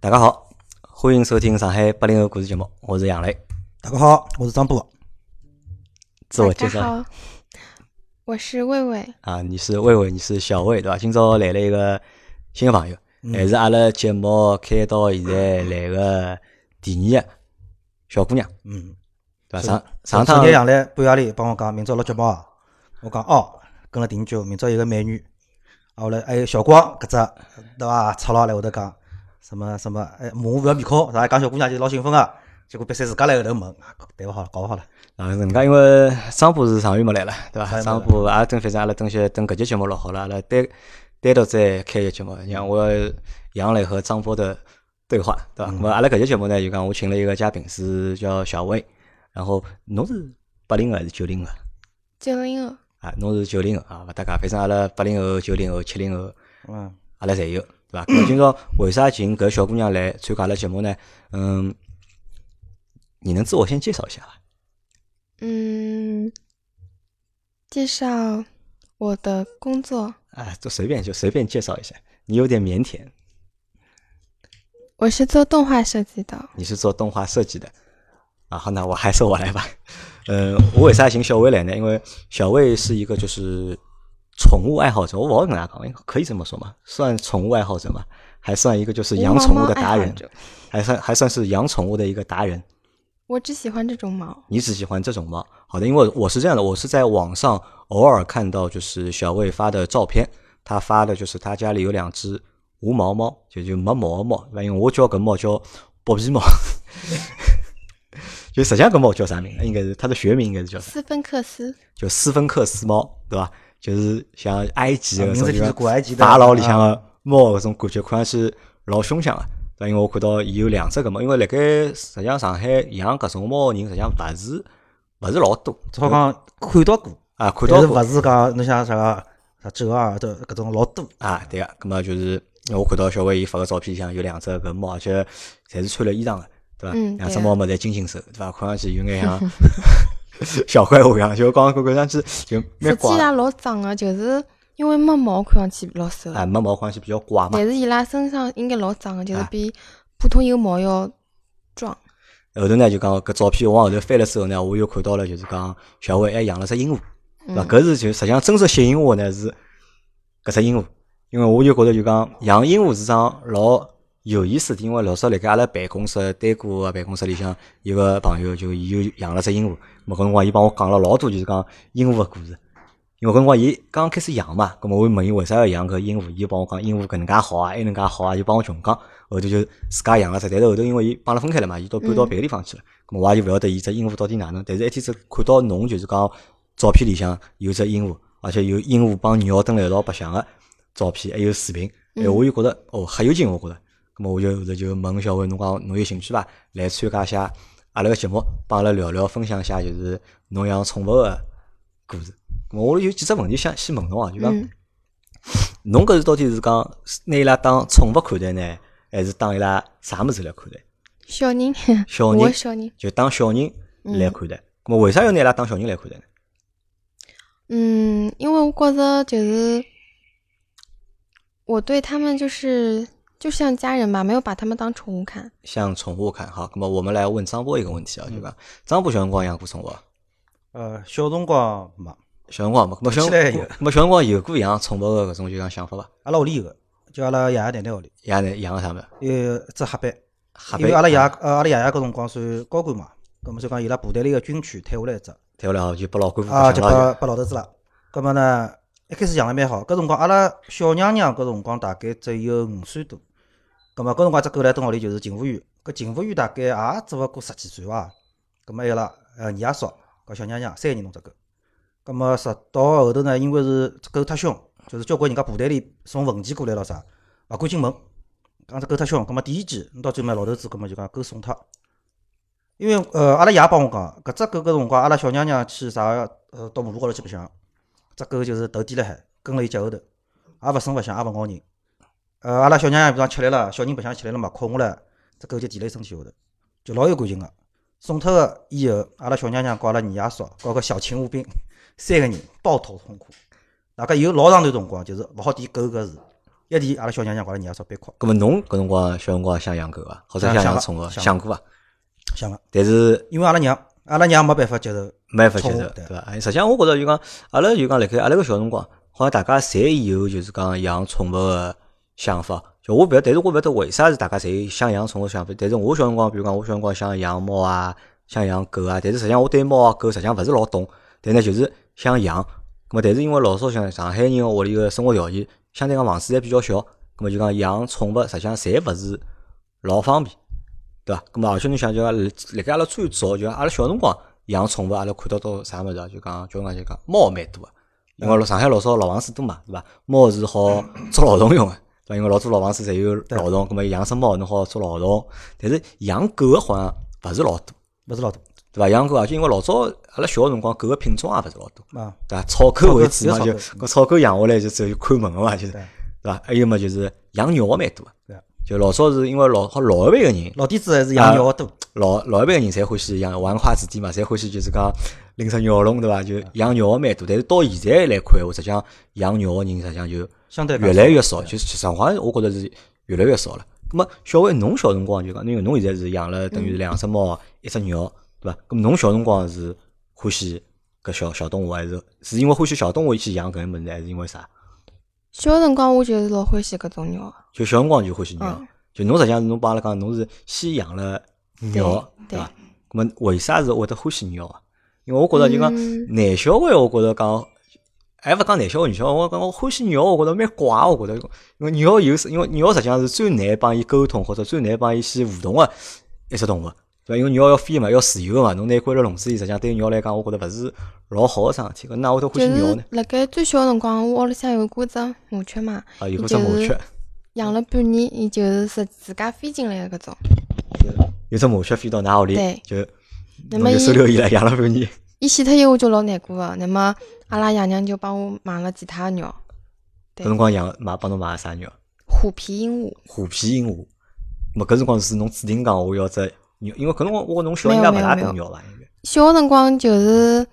大家好，欢迎收听上海八零后故事节目，我是杨磊，大家好，我是张波。自我介绍大家好，我是魏魏，啊，你是魏魏，你是小魏对伐？今朝来了一个新的朋友，还是阿拉节目开到现在来个第二个小姑娘嗯，对伐？是上上昨趟天杨澜半夜里帮我讲，明朝录节目啊，我讲哦，跟了第九，明朝有个美女，啊，后来还有小光搿只对伐？赤佬来后头讲什么什么，哎，母勿要面孔，啥讲小姑娘就老兴奋啊，结果别三自家来后头问，啊对勿好，搞勿好了。啊，人家因为张波是上月没来了，对伐？张上月没来波也等，反啊正阿拉等些等搿节节目录好了，阿拉单单独再开一节目，让我杨磊和张波的对话，对伐？嗯那么阿拉搿节节目呢，就讲我请了一个嘉宾是叫小魏，然后侬是八零后还是九零后？九零后，啊，侬是九零后啊，勿搭界，反正阿拉八零后、九零后、七零后，嗯，阿拉侪有，对 伐？咁今朝为啥请搿小姑娘来参加阿拉节目呢？嗯，你能自我先介绍一下伐？嗯，介绍我的工作，啊，就随便就随便介绍一下。你有点腼腆，我是做动画设计的，你是做动画设计的，啊，好，那我还是我来吧。呃，我为啥请小魏来呢？因为小魏是一个就是宠物爱好者，我不知道跟大家讲，可以这么说吗？算宠物爱好者吗？还算一个就是养宠物的达无毛猫爱人好，者还算还算是养宠物的一个达人。我只喜欢这种毛，你只喜欢这种猫？好的，因为我是这样的，我是在网上偶尔看到就是小魏发的照片，他发的就是他家里有两只无毛猫，就就没毛的猫，对吧？因为我叫搿猫叫薄皮猫， 就实际上搿猫叫啥名？应该是它的学名应该是叫啥？斯芬克斯，就斯芬克斯猫，对吧？就是像埃及的啊搿名种字地就是方古埃及的啊法老里向的猫搿种感觉，看上去老凶相个。对吧，因为我看到伊有两只搿么，因为辣盖实际上上海养搿种猫个人实际上勿是勿是老多只好讲看到过，啊，看到但嗯是过勿是讲侬像啥个啥折耳的搿种老多。啊，对个。搿么就是我看到小薇伊发个照片里向有两只搿猫，而且侪是穿了衣裳个，对伐？嗯两只对猫嘛侪金星手，对伐？看上去有眼像 小怪物一样，就讲看看上去就蛮实际怪上老脏的，就是因为没毛看上去老瘦，啊，没毛关系比较怪嘛。但是伊拉身上应该老脏的，就是啊比普通有毛要壮。后头呢就讲搿照片往后头翻了之后呢，我又看到了就是讲小伟还养了只鹦鹉，对伐？搿是就实际上真正吸引我呢是搿只鹦鹉，因为我就觉得就讲养鹦鹉是桩老有意思的，因为老早辣盖阿拉办公室单个办公室里向有个朋友就伊有养了只鹦鹉，咹搿辰光伊帮我讲了老多就是讲鹦鹉个故事。因为搿辰光伊刚开始养嘛，葛末我问伊为啥要养搿鹦鹉，伊就帮我讲鹦鹉搿能介好啊，埃能介好啊，就帮我穷讲。后头就自家养了只，但是后头因为伊帮阿拉分开了嘛，伊到搬到别个地方去了，葛末我也就勿晓得伊只鹦鹉到底哪能。但是一天子看到侬就是讲照片里向有只鹦鹉，而且有鹦鹉帮鸟蹲辣一道白相个照片，还有视频，哎，嗯我就觉得哦很有劲，我觉得。葛末我就后头就问小伟，侬讲侬有兴趣伐？来参加一下阿拉个节目，帮阿拉聊聊，分享一下就是侬养宠物个故事。咁我有几只问题想先问侬啊，就讲嗯 侬搿是到底是讲是拿伊拉当宠物看待呢，还是当伊拉啥物事来看待？小人，小我人小人，就当小人嗯来看待。咁么为啥要拿伊拉当小人来看待呢？嗯，因为我觉着就是我对他们就是就像家人吧，没有把他们当宠物看。像宠物看哈，咁么我们来问张波一个问题啊，就嗯讲张波小辰光养过宠物伐？呃，小辰光没，小辰光嘛，咁么小起来有咁么小辰光有过养宠物个搿种就讲想法伐？阿拉屋里有个，就阿拉爷爷奶奶屋里爷奶养个啥物事？有一只黑板。黑因为白阿拉爷呃阿拉爷爷搿辰光算高官嘛，咁么就讲伊拉部队里个军犬退下来一只，对勿啦？就拨老公啊白就相了拨拨老头子了。咁么呢，一开始养了蛮好，搿辰光阿拉小娘娘搿辰光大概只有五岁多，咁么搿辰光只狗来蹲屋里就是情妇员，搿情妇员大概也只勿过十几岁伐，咁么伊拉呃二阿嫂搿小娘娘三个人弄只狗，咁么直到后头呢，因为是只狗太凶，就是交关人家部队里送文件过来了啥，勿敢进门。讲只狗太凶，葛末第一件，侬到最末老头子葛末就讲狗送脱，因为呃阿拉爷帮我讲，搿只狗搿辰光阿拉小娘娘去啥呃到马路高头去白相，只狗就是头低辣海，跟了伊脚后头，也勿声勿响，也勿咬人。呃阿拉小娘娘比方吃力了，小人白相起来了嘛，靠我了，只狗就垫辣伊身体下头，就老有感情个。送脱个以后，阿拉小娘娘告阿拉二爷嫂，告个小勤务兵，三个人抱头痛哭。大概有老长段辰光，就是勿好提狗搿事，一提阿拉小娘娘觉着人家钞别快，咁么侬搿辰光小辰光想养狗啊，或者想想养了宠物啊，想想过伐？想个，但是因为阿拉娘阿拉娘没办法接受，没法接宠受物，对对伐？哎，实际上我觉着就讲，阿拉就讲辣盖阿拉个小辰光，好像大家侪有就是讲养宠物个想法。就我勿晓得，但是我勿晓得为啥是大家侪想养宠物想法。但是我小辰光，比如讲我小辰光想养猫啊，想养狗啊，但是实际上我对猫啊狗实际上勿是老懂，但呢就是想养。咁么，但是因为老早像上海人个屋里个生活条件，相对讲房子侪比较小，咁么就讲养宠物实际上侪勿是老方便。对伐？咁么而且侬想就讲，辣辣盖阿拉最早就讲阿拉小辰光养宠物，阿拉看到到啥物事啊？就讲叫讲就讲猫蛮多个，因嗯为上海老早老房子多嘛，对伐？猫是好捉老鼠用个，对伐？因为老早老房子侪有老鼠，咁么养只猫侬好捉老鼠，但是养狗个好像勿是老多，勿是老多对伐？养狗啊而且因为老早阿拉小辰光狗个品种也勿是老多，啊，对伐？草狗为主嘛，草狗就有草狗搿草狗养下来就只有看门个嘛，就是对对伐？还有嘛就是养鸟个蛮多对个，就老早是因为老好老一辈个人。老底子还是啊养鸟多，老老一辈个人侪欢喜养玩花子弟嘛，侪欢喜就是讲拎只鸟笼对伐？就养鸟个蛮多，但是到现在来看，我实际上养鸟个人实际上就相对越来越少，就是实际上我觉着是越来越少了。那么小伟，侬小辰光就讲，因为侬现在是养了等于是两只猫、一只鸟，对伐？那么侬小辰光是欢喜搿小小动物，还是是因为欢喜小动物去养搿个物事，还啊是因为啥？小辰光我就是老欢喜搿种鸟，就小辰光就欢喜鸟嗯，就侬实际上是侬帮阿拉讲，侬是先养了鸟，对伐？那么为啥是会得欢喜鸟啊？因为我觉着就讲嗯男小孩，我觉着讲，还勿讲男小孩女小孩，我讲我欢喜鸟，我觉着蛮怪，啊我觉着，因为鸟有时，因为鸟实际上是最难帮伊沟通或者最难帮伊去互动个啊一只动物，对伐？因为鸟要飞嘛，要自由个嘛，侬拿伊关辣笼子里，实际上对鸟来讲，我觉着勿是老好个桩事体。搿哪会得欢就喜鸟是呢？辣盖最小辰光，我屋里向有过只麻雀嘛，啊，有伊搿只麻就是雀，养了半年，伊就是自自家飞进来的搿种。有只麻雀飞到㑚屋里对，就那侬么就伊收留伊来养了半年。伊死脱以后我就老难过个。那么阿拉爷娘就帮我买了其他的鸟，搿对辰光养买帮侬买个啥鸟？虎皮鹦鹉。虎皮鹦鹉。咹搿辰光是侬指定讲我要只鸟，因为搿辰光我侬小没应该有勿没有大没懂有鸟伐？应该。小辰光就是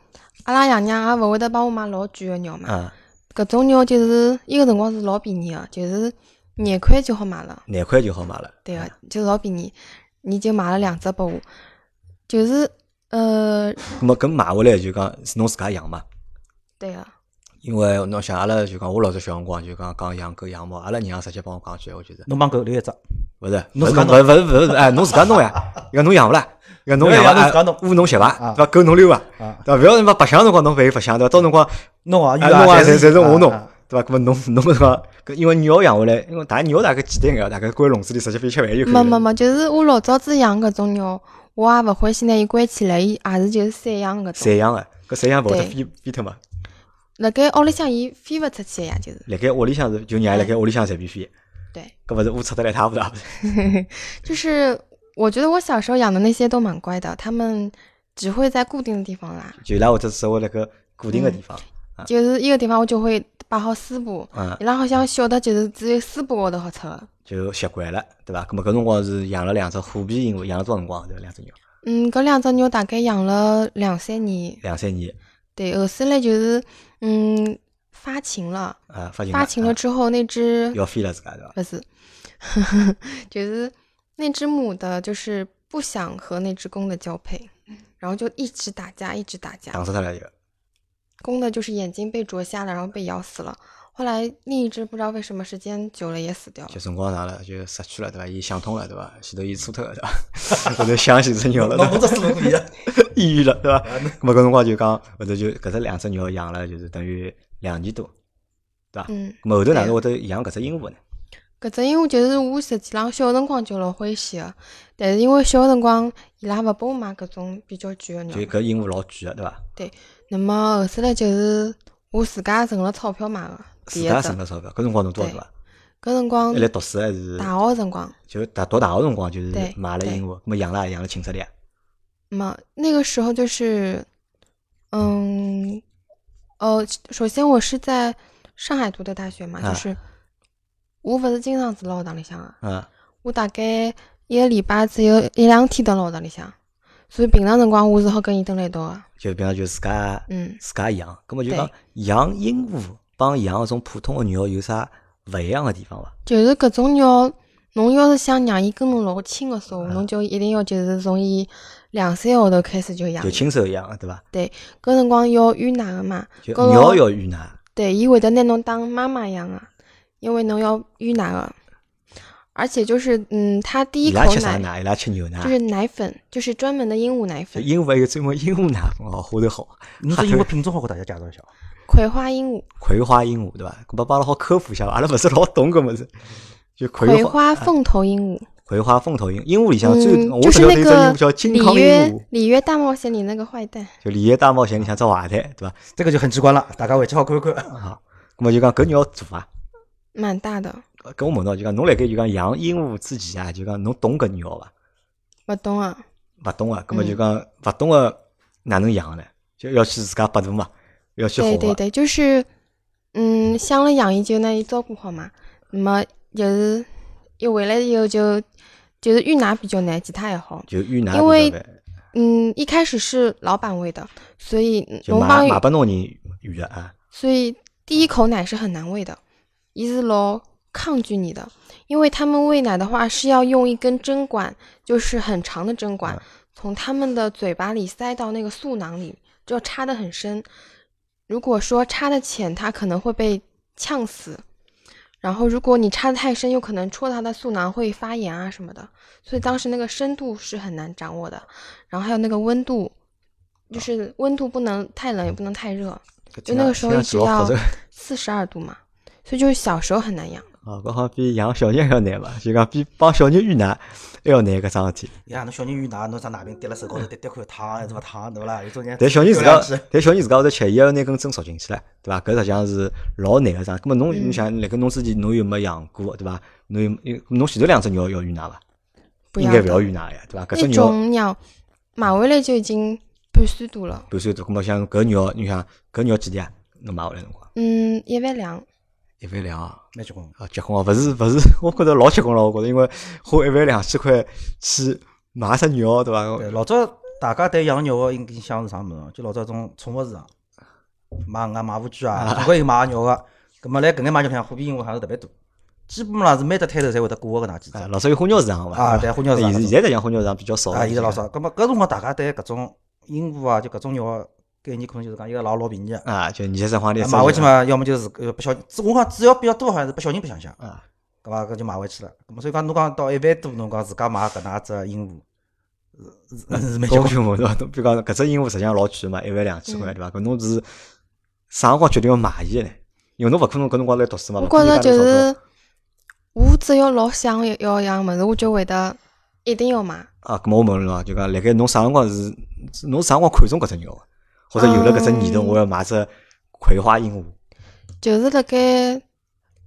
阿拉爷娘也勿会得帮我买老贵个鸟嘛。啊，搿种鸟就是伊个辰光是老便宜个，就是廿块就好买了。廿块就好买了。对个、就老便宜，你就买了两只拨我。就是呃，咾么搿买回来就讲是侬自家养嘛？对个、因为侬想阿拉就讲我老早小辰光就讲讲养狗养猫，阿拉娘直接帮我讲句闲话就是，侬帮狗留一只，勿是，侬勿自家是弄勿是勿是勿是，哎，侬自家弄呀，伊讲侬养勿啦？伊讲侬对养呀侬伐？自家弄哎，屋侬吸伐？啊对伐？狗侬溜伐？啊对伐？勿要他妈白相辰光侬勿有白相对伐？到辰光弄啊，啊，有弄啊，侪侪侪是我弄 啊啊，对伐？搿么侬侬搿个，搿因为鸟养下来，因为大鸟大概简单眼，大概关笼子里直接飞吃饭就可以没了。没没，就是我老早子养搿种鸟，我也勿欢喜拿伊关起来，伊也是就是散养搿种。散养个，搿散养勿会得对飞飞脱嘛？辣盖屋里向伊飞勿出去呀，就是辣盖屋里向是就让伊辣盖屋里向随便飞，对。搿勿是乌出得来一塌糊涂啊？就是我觉得我小时候养的那些都蛮乖的，它们只会在固定的地方拉， 就伊拉会得只会辣盖固定个地方，就是一个地方我就会摆好水布，嗯，伊拉好像晓得就是只有水布高头好出的。就习惯了，对伐？搿么搿辰光是养了两只虎皮鹦鹉，养了多少辰光？对伐？两只鸟，嗯，搿两只鸟大概养了两三年，两三年对，后头来就是嗯发情了，啊，发情发情了啊之后那只要飞了自家对伐？不是， 就是那只母的，就是不想和那只公的交配，然后就一直打架，一直打架，打死脱了就，公的就是眼睛被啄瞎了，然后被咬死了。后来另一只不知道为什么时间久了也死掉了就。辰光长了，就失去了对伐？伊想通了对伐？前头伊错脱了 对伐？后头想起只鸟了侬对伐侬？这思路不一样， 抑郁了，对伐？咁么搿辰光就讲，后头就搿只两只鸟养了，就是等于两年多，对伐？嗯，咁后头哪能会得养搿只鹦鹉呢？搿只鹦鹉就是我实际浪小辰光就老欢喜个，但是因为小辰光伊拉勿拨我买搿种比较贵就个鸟，搿鹦鹉老贵个，对伐？那么后头来就是我自家存了钞票买个自第一只。家省搿了钞票，搿辰光侬多少对大啊？辰光还来读书还是？大学辰光，就大读大学辰光就是对买了对鹦鹉，咁么养了也养了寝室里啊，嘛那个时候就是，嗯，呃，首先我是在上海读的大学嘛，啊就是我勿是经常住辣学堂里向个。嗯，我大概一个礼拜只有一两天蹲辣学堂里向，所以平常辰光我是好跟伊蹲辣一道个。就平常就自家嗯，自家养，咁么就对讲养鹦鹉帮养搿种普通个鸟有啥勿一样个地方伐？就是搿种鸟，侬要是想让伊跟侬老亲个啊说话，侬就一定要就是从伊两三个号头开始就养就。亲手养个对伐？搿辰光要育奶个嘛，就搿鸟个要育奶，对，伊会得拿侬当妈妈一样啊，因为侬要育奶个，而且就是嗯，它第一伊口拉吃啥奶奶？伊啊拉吃牛奶就。是奶粉，就是专门的鹦鹉奶就粉，鹦鹉还有专门鹦鹉奶粉哦，花头好，侬这鹦鹉品种好给大家介绍一下伐？葵花鹦鹉、葵花鹦鹉对伐？搿么帮阿拉好科普一下伐，阿拉勿是老懂搿物事。就葵葵啊花凤头鹦鹉，葵花凤头鹦，鹦鹉里向最嗯，我就只是晓得有只那鹦个鹉叫金里康鹦约鹉，里约大冒险里那个坏蛋，就《里约大冒险》里向只坏蛋对伐？这个就很直观了，大家回去好看看。啊，搿么就讲搿鸟大啊。蛮大的，搿我问到就讲，侬辣盖就讲养鹦鹉之前啊，就讲侬懂搿鸟伐？勿懂啊，勿懂啊，搿么嗯就讲勿懂个哪能养呢？就要去自家百度嘛，要去对学对个。对，就是嗯，想了养伊就拿伊照顾好嘛，那么就是一回来以后就就是育奶比较难，其他也好，就遇难因为比较难嗯，一开始是老板喂的，所以就侬买帮买拨侬人遇的啊，所以第一口奶是很难喂的，伊是老抗拒你的，因为他们喂奶的话是要用一根针管，就是很长的针嗯管，从他们的嘴巴里塞到那个嗉囊里，就要插得很深。如果说插的浅，它可能会被呛死。然后，如果你插的太深，有可能戳到它的嗉囊会发炎啊什么的，所以当时那个深度是很难掌握的。然后还有那个温度，啊就是温度不能太冷，也不能太热。搿就那个听时候上一去直老复要杂四十二度嘛，所以就是小时候很难养。哦，搿好像比养小人还要难伐？就讲比帮小人遇难还要难搿桩事体。呀，侬小人鱼拿侬啥奶瓶滴辣手高头滴滴看烫还是勿烫，对勿啦？有种人但小人自丢家两只，但小人自家会得吃，伊还要拿根针戳进去唻，对伐？搿实际上是老难个桩。搿么嗯侬你想，辣盖侬之前侬有没养过，对伐？侬有有侬前头两只鸟要遇难伐？不应要该勿要的遇难呀，对伐？搿只那鸟种鸟，买回来就已经半岁多了，半岁多，搿么像搿鸟，你想搿鸟几钿啊？侬买回来辰光嗯，一万两，一万两啊，蛮结棍。啊，结棍啊，勿是勿是， 我觉着老结棍了，我觉着，因为花一万两千块去买只鸟，对伐？对，老早大家对养鸟个印象是啥物事啊？就老早种宠物市场，买鹅啊、买乌 龟啊，总归有买鸟个。葛末来搿眼买鸟像虎皮鹦鹉还是特别多，基本上是每只摊头侪会得挂个搿能介几只啊，。老早有花鸟市场嘛，啊对对伐花鸟市场现在现在讲花鸟市场比较少啊，了现在老少。葛末搿辰光大家对搿种鹦鹉啊，就搿种鸟个概念，可能就是讲一个老老便宜个，啊，就二十三块钿，买 回去嘛，要么就是呃拨小，我讲主要比较多好像是拨小人白相相。啊，搿伐？搿就买回去了。咾么所以讲，侬讲到一万多，侬讲自家买搿能介只鹦鹉，嗯是是是蛮结高棍。就问侬， 侬比如讲搿只鹦鹉实际上老贵嘛，一万两千块，对伐？搿侬是啥辰光决定要买伊个呢？因为侬勿可能搿辰光来读书嘛，我勿觉可能着就家里有钞是票我只要老想要养么子，我就会得一定要买。啊。搿么我问侬啊，就讲辣盖侬啥辰光是侬啥辰光看中搿只鸟的，啊或者有了搿只念头，嗯我要买只葵花鹦鹉。就是辣盖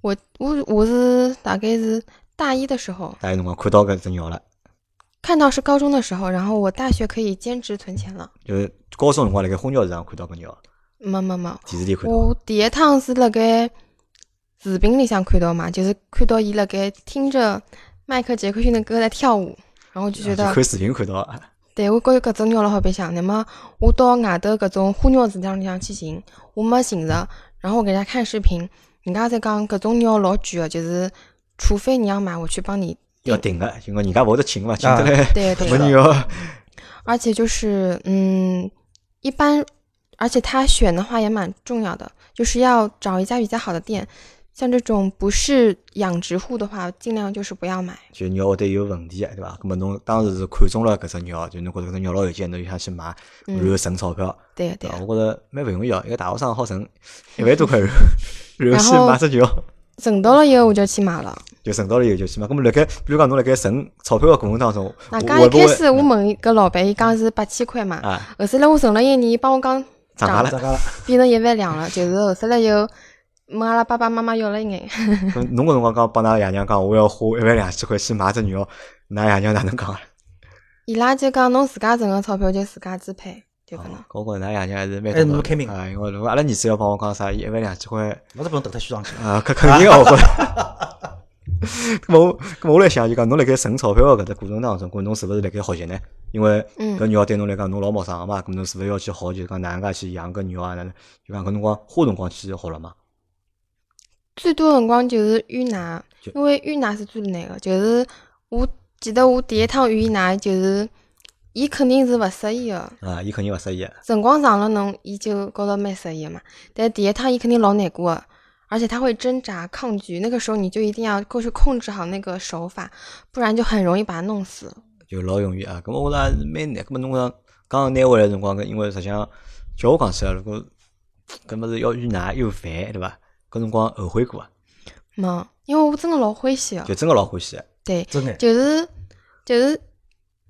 我我我是大概是大一的时候大概辰光哎看到搿只鸟了，看到是高中的时候，然后我大学可以兼职存钱了。就是高中辰光辣盖花鸟市场看到搿鸟，没没没，电视里看到。啊我第一趟是辣盖视频里向看到嘛，就是看到伊辣盖听着迈克杰克逊的歌在跳舞，然后就觉啊就得，看视频看到，对我觉着搿种鸟老好白相。那么我到外头搿种花鸟市场里向去寻，我没寻着，然后我给人家看视频，人家在讲搿种鸟老贵的，就是除非你要买，我去帮 你。要订个，因为人家勿会得请嘛，啊请得来对没人对，要。而且就是嗯，一般，而且他选的话也蛮重要的，就是要找一家比较好的店。像这种不是养殖户的话，尽量就是不要买。 就鸟会得有问题，对伐？咁么侬当时是看中了搿只鸟，就侬觉着搿只鸟老有劲，侬就想去买，然后嗯，省钞票，对对对伐？。我觉着蛮勿容易哦，一个大学生好省一万多 块，然后然然后去后买只鸟，省到了以后我就去买了。就省到了以后就去买。咁么辣盖，比如讲侬辣盖省钞票个过程当中，我那会刚一不会开始我问搿老板，伊讲是八千块嘛，啊后头来我存了一年，伊帮我讲涨价了？大家了，变成一万两 了，就是后头来又问阿拉爸爸妈妈要了一眼， 咁侬搿辰光讲帮㑚爷娘讲，我要花一万两千块去买只鸟，㑚爷娘哪能讲啊？伊拉就讲侬自家挣个钞票就自家支配，就哦搿能。我觉着㑚爷娘还是蛮还是懂蛮的开明啊，因为如果阿拉儿子要帮我讲啥一万两千块。老是不能等他虚上去。啊，搿肯定 要会。咁我咁我来想就讲，侬辣盖省钞票个搿只过程当中，搿侬是勿是辣盖学习呢？因为嗯搿鸟对侬来讲，侬老陌生个嘛，咁侬是勿是要去学，就是讲哪能介去养搿鸟啊？哪能就讲搿辰光花辰光去学了嘛？最多辰光就是芋奶就，因为芋奶是最难个。就是我记得我第一趟芋奶，就是伊肯定是勿适意个，啊，伊肯定勿适宜。辰光长了侬，伊就觉着蛮适意嘛。但第一趟伊肯定老难过的，而且他会挣扎抗拒，那个时候你就一定要过去控制好那个手法，不然就很容易把它弄死了。就老容易啊。咁我觉着还是蛮难。咁么侬讲刚拿回来的辰光，搿因为实际上叫我讲起来，如果搿么是要遇难又烦，对伐？搿辰光后悔过啊，没，因为我真的老欢喜个就，真个老欢喜的。对，真眼就是就是，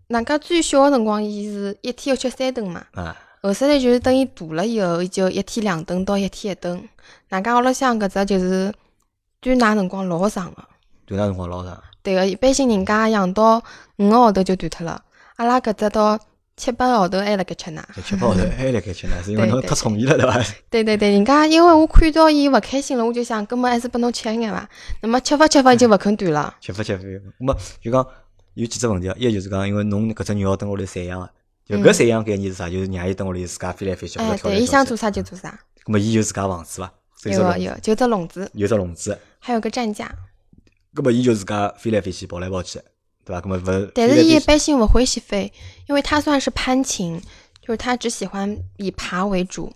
人家最小个辰光，伊是一天要吃三顿嘛。啊。后首来就是等伊大了以后，伊就一天两顿到一天一顿。哪家阿拉乡搿只就是断奶辰光老长个，对那辰光老长，对个，一般性人家养到五个号头就断脱了，阿拉搿只到七八个号头还辣盖吃奶。就吃饱头还辣盖吃呢，是因为对侬对太宠伊了，对伐？对对对，人家因为我看到伊勿开心了，我就想，搿么还是拨侬吃一眼伐。那么吃法吃法伊就勿肯断了，吃勿吃勿，那么就讲有几只问题啊，一就是讲，因为侬搿只鸟蹲屋里散养啊，就搿嗯散养概念是啥？就是让伊蹲屋里自家飞来飞去，或哎者，跳来对，伊跳想去做。啥就做啥。那么伊有自家房子伐？所以有说个有个，就只笼子，有只笼子，还有个站架。那么伊就自家飞来飞去，跑来跑去，对伐？那么勿，但飞来是飞伊一去般性勿欢喜飞，因为它算是攀禽，就是它只喜欢以爬为主。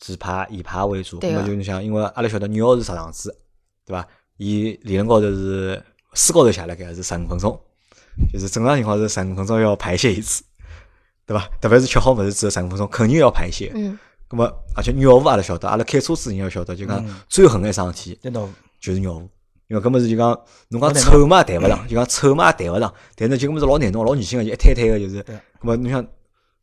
只爬以爬为主，对啊那么个就你想，因为阿拉晓得鸟是啥样子，对伐？伊理论高头是书高头写了该是十五分钟，就是正常情况是十五分钟要排泄一次，对伐？特别是吃好物事之后十五分钟肯定要排泄。嗯，那么而且鸟窝阿拉晓得，阿拉开车子人要晓得，就讲嗯最狠的一桩事体对侬就是鸟窝。因为搿么是就讲，侬讲老难丑嘛谈勿上，就讲丑嘛谈勿上，但是就搿么是老难弄，老女性个，就一摊摊个，就是。对搿么侬想，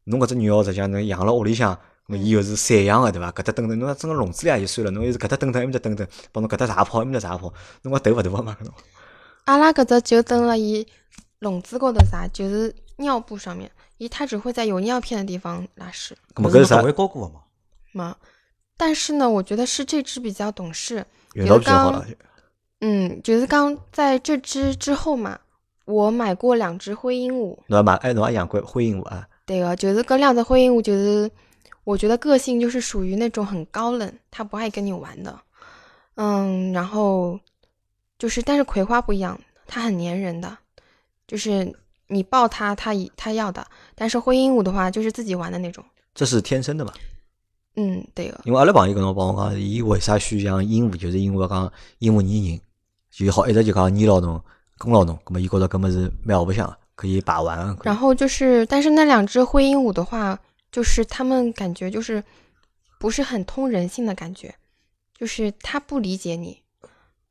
侬搿只鸟实际上侬养辣屋里向，搿么伊又是散养个对伐？搿搭等等，侬讲整个笼子里也就算了，侬又是搿搭等等，埃面搭等等，帮侬搿搭撒泡，埃面搭撒泡，侬讲头勿大个嘛？搿种阿拉搿只就蹲了伊笼子高头啥，就是尿布上面，伊它只会在有尿片的地方拉屎搿么搿但是是啥侬勿？会高过个嘛？嘛。但是呢，我觉得是这只比较懂事，运道比较好了，嗯，就是刚在这只之后嘛，我买过两只灰鹦鹉，侬也买哎侬也养过灰鹦鹉啊？对个，就是搿两只灰鹦鹉，就是我觉得个性就是属于那种很高冷，它不爱跟你玩的。嗯，然后就是，但是葵花不一样，它很粘人的，就是你抱它，它一它要的。但是灰鹦鹉的话，就是自己玩的那种。这是天生的嘛？嗯，对个，因为阿拉朋友搿辰光帮我讲，伊为啥选养鹦鹉，就是因为讲鹦鹉粘人，就好一直就讲粘牢侬、跟牢侬，搿么伊觉着搿么是蛮好白相的，可以把玩啊的。可以然后就是，但是那两只灰鹦鹉的话，就是它们感觉就是不是很通人性的感觉，就是它不理解你。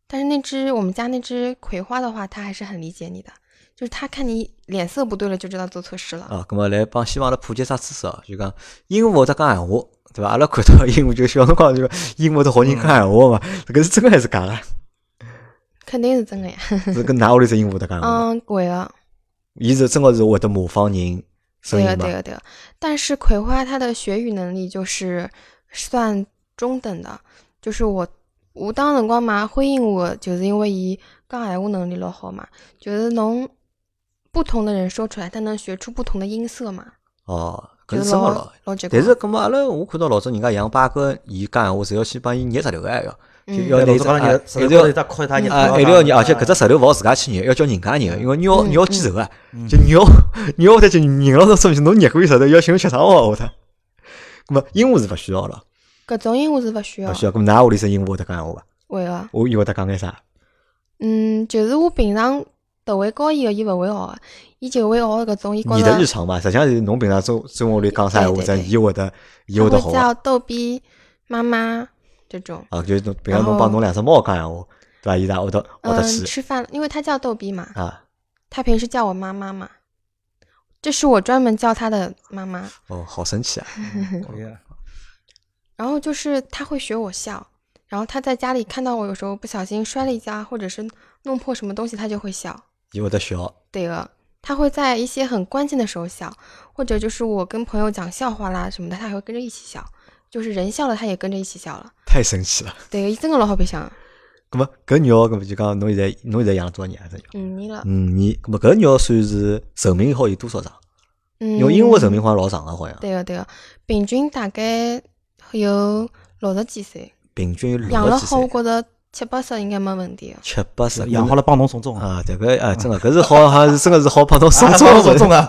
但是那只我们家那只葵花的话，它还是很理解你的，就是它看你脸色不对了就知道做错事了。啊，咁么来帮希望阿拉普及啥知识哦，就讲鹦鹉会得讲闲话，对伐？阿拉看到鹦鹉就小辰光就讲鹦鹉会得好人讲闲话嘛，搿是真个还是假 个？是肯定是真的呀。跟㑚屋里只鹦鹉会得讲闲话吗，嗯，鬼啊，伊是真个是会得模仿人声对啊，音嘛对？啊，对啊。但是葵花它的学语能力就是算中等的，就是我我当辰光嘛，灰鹦鹉就是因为伊讲闲话能力老好嘛，就是侬不同的人说出来，它能学出不同的音色嘛，哦，搿就是是真个老咯。老结棍但是，咁么阿拉我看到老早人家养八哥，伊讲闲话，侪要先帮伊捏石头个还要，就嗯要对拿侬一是只讲啊了一石定头高头要一只敲一啊，下，还要捏，而且搿只石头勿好自家去捏，要叫人家捏，因为鸟嗯鸟记仇啊，就鸟鸟它就人老早说明侬捏过伊石头，要寻吃啥啊好下头。咁么鹦鹉是勿需要了。搿种鹦鹉是勿需要勿，需要。咁㑚屋里只鹦鹉会得讲闲话伐？为个，我伊会得讲眼啥？嗯，就是我平常头会教伊个，伊勿会学个，伊就会学搿种伊觉你的日着常嘛，实际上是侬平常生生活里讲啥闲话，对对咱对伊会得伊它会得会好啊。叫逗逼妈妈这种。啊，就是侬平常然侬后帮侬两只猫讲闲话，对伐？伊拉会得会哦嗯得，去吃饭，因为它叫逗逼嘛，啊。他平时叫我妈妈嘛，这是我专门叫他的妈妈。哦，好神奇啊！可以啊然后就是他会学我笑，然后他在家里看到我有时候不小心摔了一跤，或者是弄破什么东西，他就会笑。伊会得笑，对了，他会在一些很关键的时候笑，或者就是我跟朋友讲笑话啦什么的，他还会跟着一起笑。就是人笑了，他也跟着一起笑了。太神奇了。对，一整个老好白相。咁么搿鸟，咁么就讲侬现在侬现在养了多少年啊？只鸟？嗯，你了。五年。咁么搿鸟算是寿命好有多少长？嗯，因为鹦鹉寿命好像老长个，好像对个对个，平均大概有六十几岁。平均有养了六十几后，我岁。觉着七八十应该没问题啊的。七八 十养好了帮侬送终啊，啊，迭个啊，真个搿是好，好像是真个是好帮侬送啊终帮侬送送 终啊，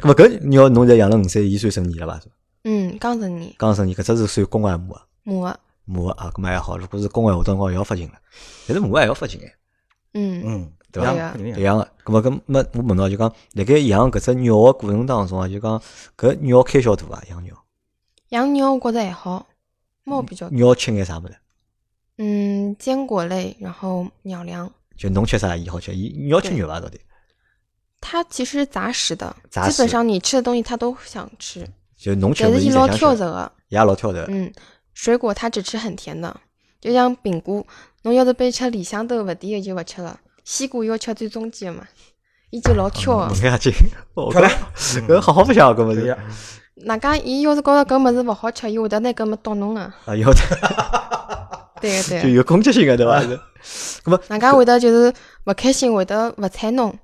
咾么搿你要侬侪养了五岁，伊算成年了伐？嗯，刚成年，刚成年，搿只是算公个还是母个？母的，母个啊，搿么还好。如果是公个，下趟光也要发情了，但是母个还要发情哎，嗯，嗯，对吧吧？肯定一样养个。搿么搿么我问侬啊，就讲辣盖养搿只鸟个过程当中啊，就讲搿鸟开销大伐？啊养鸟，养鸟我觉着还好，猫比较多，鸟吃眼啥物事？嗯，坚果类，然后鸟粮，就侬吃啥伊好吃，伊鸟吃肉啊伐？到底？它其实是杂食的，杂基本食上你吃的东西它都想吃，就侬吃但物是事伊伊老侪挑想食吃，的，伊也老挑食。嗯，水果它只吃很甜的，就像苹果，侬要是拨伊吃里向头勿甜的就勿吃了，西瓜要吃最中间的嘛，伊就老啊挑的。侬 看去，哦漂亮，搿搿好好白相啊搿物可以事啊。哪家伊要是觉着搿物事勿好吃，伊会得拿搿物倒侬啊。啊，要得对啊个就对个，有攻击性个对伐？是哪家会得就是勿开心，会得勿睬侬，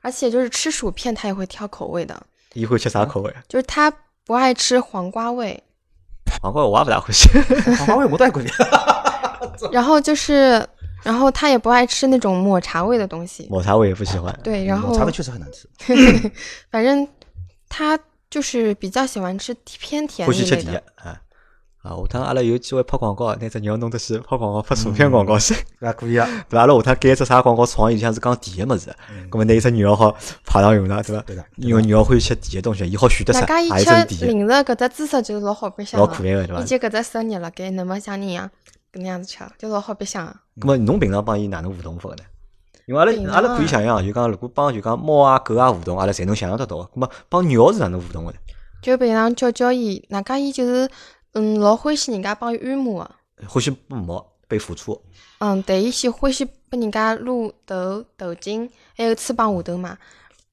而且就是吃薯片，它也会挑口味的，伊会吃啥口嗯味？就是它不爱吃黄瓜味，黄瓜我也勿大欢喜。黄花味我都还可以，然后就是，然后它也不爱吃那种抹茶味的东西。抹茶我也不喜欢。对，然后茶味确实很难吃，反正它就是比较喜欢吃偏甜欢喜一吃类甜的的。啊啊！下趟阿拉有机会拍广告，拿只鸟弄得去拍广告，拍薯片广告去， 对啊，可以啊，伐？阿拉下趟改只啥广告创意，像是讲甜个物事，葛末拿一只鸟好派上用场，对伐？嗯对的对的因为鸟欢喜吃甜个东西，伊好选得出大家来，一还真吃甜的，零食搿只姿势就是老好白相老可的，爱个，对伊伐？就搿只手捏辣盖，那么像你一样搿能样子吃，啊就老好白相的。葛末侬平常帮伊哪能互动法个呢？因为阿平拉阿拉可以常想象，就讲如果帮就讲猫啊狗啊互动，阿拉侪能想象得到。葛末帮鸟是哪能互动个呢？就平常教教伊，哪家伊就是嗯老欢喜人家帮伊按摩的，欢喜被摸被付出，嗯，对，伊喜欢喜拨人家撸头、头巾，还有翅膀下头嘛。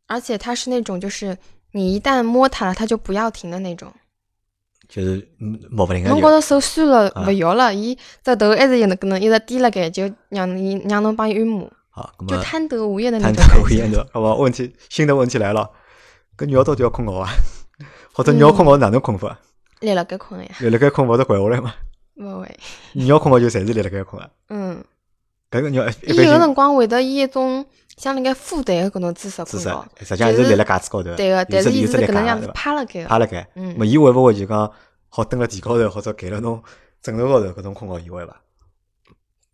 而且它是那种就是你一旦摸它了，它就不要停的那种。就是嗯摸勿灵个侬就觉着手酸了啊勿摇了，伊只头还是一能搿能一直低辣盖，就让你让侬帮伊按摩，好。葛就末贪得无厌的那谈种到感无觉言。的，好吧？问题新的问题来了，搿鸟到底要困觉伐？或者鸟困觉哪能困法？立辣盖困呀，立辣盖困勿是掼下来嘛？勿会。鸟困觉就侪是立辣盖困啊。嗯，搿个鸟一般伊有性辰光会得以一种像辣盖负担的搿种姿势姿困势觉，，实际上还是立辣架子高头，啊对个个，，但是伊伊是立搿能架样对子伐趴辣盖趴个。辣盖，嗯么伊会勿会就讲好蹲辣地高头，或者盖了侬枕头高头搿种困觉伊会伐？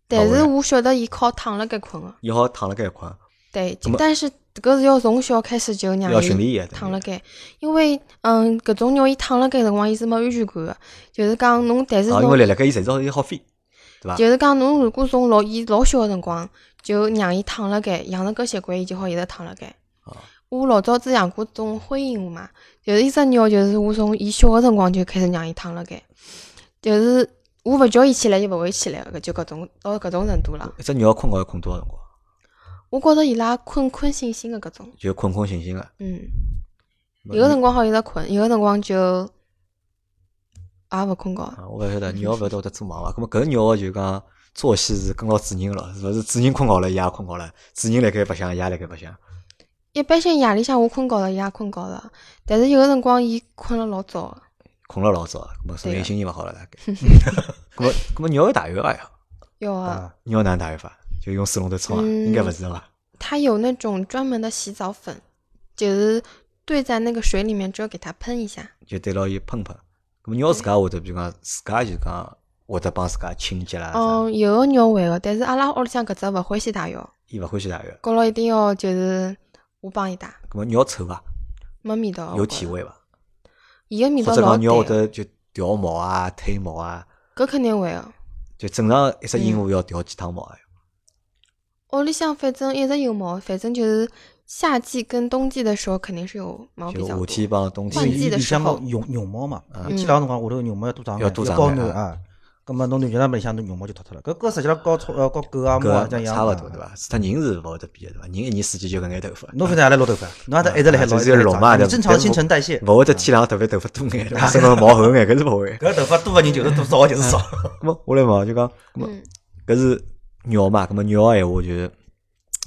但是老我晓得伊靠躺辣盖困个，伊好躺辣盖困，对，那就么但是搿是要从小开始就让要训练伊伊个。躺辣盖，因为嗯，搿种鸟伊躺辣盖辰光伊是没安全感个，就是讲侬，但是啊，因侬为立辣盖伊侪是好伊好飞，对伐？就是讲，侬如果从老伊老小个辰光就让伊躺辣盖，养成搿习惯，伊就好一直躺辣盖哦。我老早子养过种灰鹦鹉嘛，就是一只鸟，就是我从伊小个辰光就开始让伊躺辣盖，就是我勿叫伊起来，伊勿会起来个，就搿种到搿种程度了。一只鸟困觉要困多少辰光？我觉着伊拉困困醒醒个搿种，就困困醒醒个。嗯，咾有个辰光好一直困，有个辰光就也勿困觉。啊，我勿晓得鸟勿晓得会得做梦 伐？咁么搿鸟个就讲作息是跟牢主人了，是勿是主人困觉了，伊也困觉了，主人辣盖白相，伊也辣盖白相。一般性夜里向我困觉了，伊也困觉了，但是有个辰光伊困了老早个。困了老早，咁么说对明个心情勿好了大概。啊 咁么咁么鸟要汏浴伐呀？有啊，啊，鸟哪能汏浴伐？就用水龙头冲啊？嗯应该勿是伐？它有那种专门的洗澡粉，就是兑在那个水里面之后给它喷一下。就对牢伊喷喷。咁么鸟自家会得，比如讲自家就讲会得帮自家清洁啦啥，嗯，有的鸟会的，但是阿拉屋里向搿只勿欢喜汏浴，伊勿欢喜汏浴。觉着一定要就是我帮伊汏，咁么鸟臭伐？没味道。有我觉体得，味伐？伊个味或道者老讲鸟会淡的，得就掉毛啊、推毛啊，搿肯定会的。就正常一只鹦鹉要掉几趟毛啊？屋里向反正一直有毛，反正就是夏季跟冬季的时候肯定是有毛哦比就较夏多。天帮冬因为换天季的里时向候毛绒绒毛嘛，嗯一天冷辰光下头绒毛要多长要多长高眼暖啊啊。咁么侬暖热那么里向侬绒毛就脱脱了，搿搿实际上搞呃搞狗啊猫啊搿这样差勿养多对？伐？除脱人是勿会得变的对伐？人一年四季就搿眼头发，侬反正还来落头发，侬还得一直辣海啊老就一是直辣老长嘛你对正常的对新陈代谢。勿会得天冷特别头发多眼，对伐身上毛啊厚眼，搿是勿 会。搿头发多个人就是多，少个就是少。 咾么我来问啊，就讲，咾么嗯搿是鸟嘛？咾么鸟个闲话就是，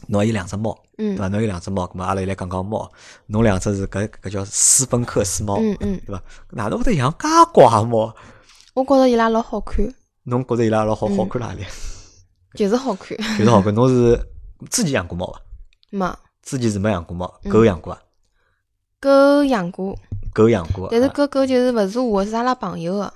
侬还有两只猫，对伐？嗯侬有两只猫，咾么阿拉来讲讲猫。侬两只是搿搿叫斯芬克斯猫，嗯嗯，对伐？哪能会得养介怪猫？我觉着伊拉老好看，嗯侬觉着伊拉老好好看哪里？就是好看，就是 好看。侬是自己养过猫伐？没自己是没养过猫，嗯狗养过伐？啊狗养过，狗养过，但是啊搿狗就是勿是我的，是阿拉朋友的。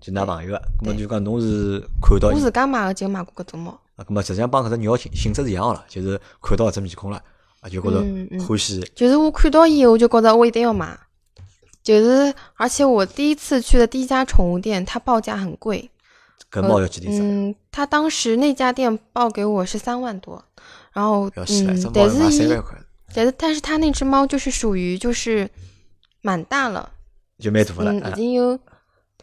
就㑚朋友个。咾么对就讲侬是看到我伊自家买的就买过搿只猫，啊，咁么实际上帮搿只鸟性性质是一样个了，就是看到搿只面孔了，啊，就觉着嗯嗯欢喜。就是我看到伊，我就觉着我一定要买。就是，而且我第一次去的第一家宠物店，它报价很贵，搿猫要几钿只？嗯，他当时那家店报给我是三万多，然后要死了，这嗯，猫但要卖是三伊万块，但是但是他那只猫就是属于就是蛮大了，就蛮大个嗯，了。已啊经有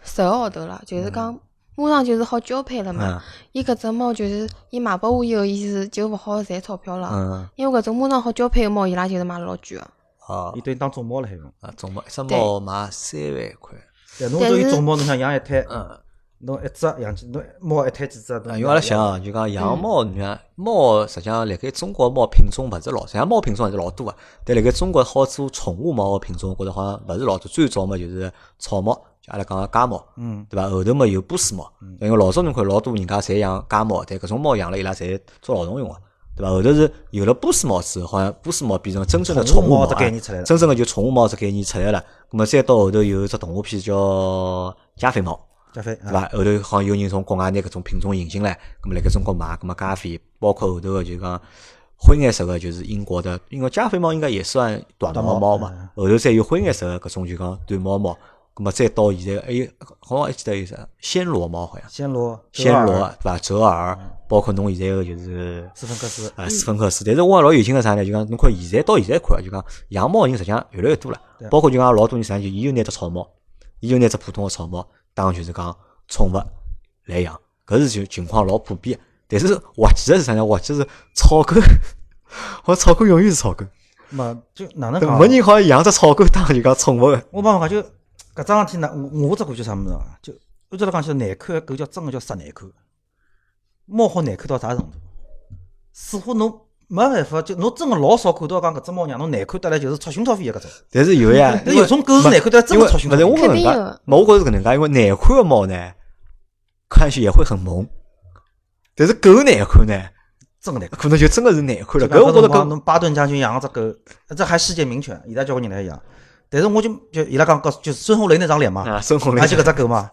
十个号头了，就是讲马上就是好交配了嘛。嗯伊搿只猫就是伊卖拨我以后，伊是就勿好赚钞票了，嗯因为搿种马上好交配的猫，伊拉就是买了老贵个。啊伊等于当种猫辣海用。啊，总猫一只对猫卖三万块，但侬但都有是种猫，侬想养一胎，嗯，侬一只养几，侬猫一胎几只？啊侬因为阿拉想啊，就讲养猫，你看猫实际上辣盖中国猫品种勿是老，实际上猫品种还是老多个，啊但辣盖中国好做宠物猫个品种，我觉着好像勿是老多，最早嘛就是草猫，就阿拉讲个家猫。嗯，对伐？后头嘛有波斯猫，因为老早侬看老多人家侪养家猫，但搿种猫养了伊拉侪做劳动用个，啊对伐？后头是有了波斯猫之后，好像波斯猫变成真正的宠宠物物猫猫这啊概念出来了真正的就宠物猫这概念出来了。咁么再到后头有一只动画片叫《加菲猫》，加菲对啊，伐？后头好像有人从国外拿搿种品种引进来，咁么辣盖中国卖，咁么加菲，包括后头个就讲灰颜色个，就是英国的，因为加菲猫应该也算短毛猫短毛嘛，后头再有灰颜色个搿种就讲短毛猫，咁么再到现在还有，好像还记得有啥暹罗猫好像，暹罗、暹折罗耳对伐？折耳，包括侬现在个就是。斯芬克斯，啊，斯芬克斯。但是我也老有劲个啥呢？就讲侬看现在到现在看啊，就讲养猫人实际上越来越多了对，包括就讲老多人实际上就伊就拿只草猫，伊就拿只普通个草猫当就是讲宠物来养，搿是就情况老普遍。但是滑稽个是啥呢？滑稽是草狗， 好像草狗永远是草狗，嘛就哪能讲没？人好像养只草狗当就讲宠物个。我帮侬讲，就搿桩事体呢，我我只感觉啥物事啊？就按照来讲，就难看的狗叫真个叫杀难看，猫好难看到啥程度？似乎侬没办法，就侬真个老少看到讲搿只猫让侬难看得来，就是出心掏啊肺个搿种。但是有呀，但有种狗是难看得来真因个为出心勿掏是我肺。搿能肯定介有，没我觉着是搿能介，因为难看个猫呢，看上去也会很萌，但是狗难看呢。真个难看。可能就真的是难看了。就讲搿我觉得搿辰光跟侬巴顿将军养个只狗，这还世界名犬，现在交关人来养。但是我就就伊拉讲，搿就是孙红雷那张脸嘛，啊，孙红雷而且搿只狗嘛，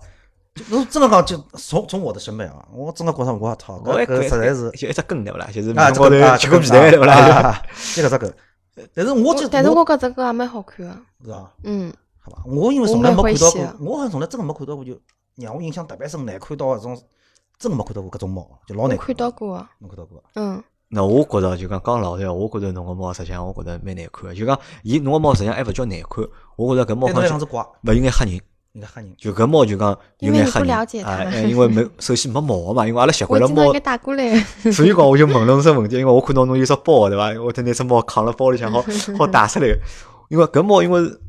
就侬真的讲，就从从我的审美啊，我真的觉着我操，我哎搿也搿看实在是就一只梗对勿啦？ 就是啊，面这高头个啊，吃这个个皮带对勿啦？啊就搿只狗。但是我我就但是我觉着搿也蛮好看的。是吧？嗯，好吧，我因为从来没我蛮看欢到喜过的，我好像从来真的没看到过，就让我印象特别深，难看到搿种，真的没看到过搿种猫，就老我难看到，过的。侬看到过伐？嗯，那我觉着就讲讲老实闲话，我觉着侬个猫实际上我觉着蛮难看个。就讲伊侬个猫实际上还勿叫难看，我觉着搿猫对侬好来讲像是怪，勿应该吓人。应该吓人。就搿猫就讲有因为眼你吓不人了解它啊，因为没首先没毛个嘛，因为阿拉习我惯了经常猫应该，打过来。所以讲我就问了侬只问题，因为我看到侬有只包对伐？我就拿只猫扛辣包里向好好带出来个。因为搿猫因为是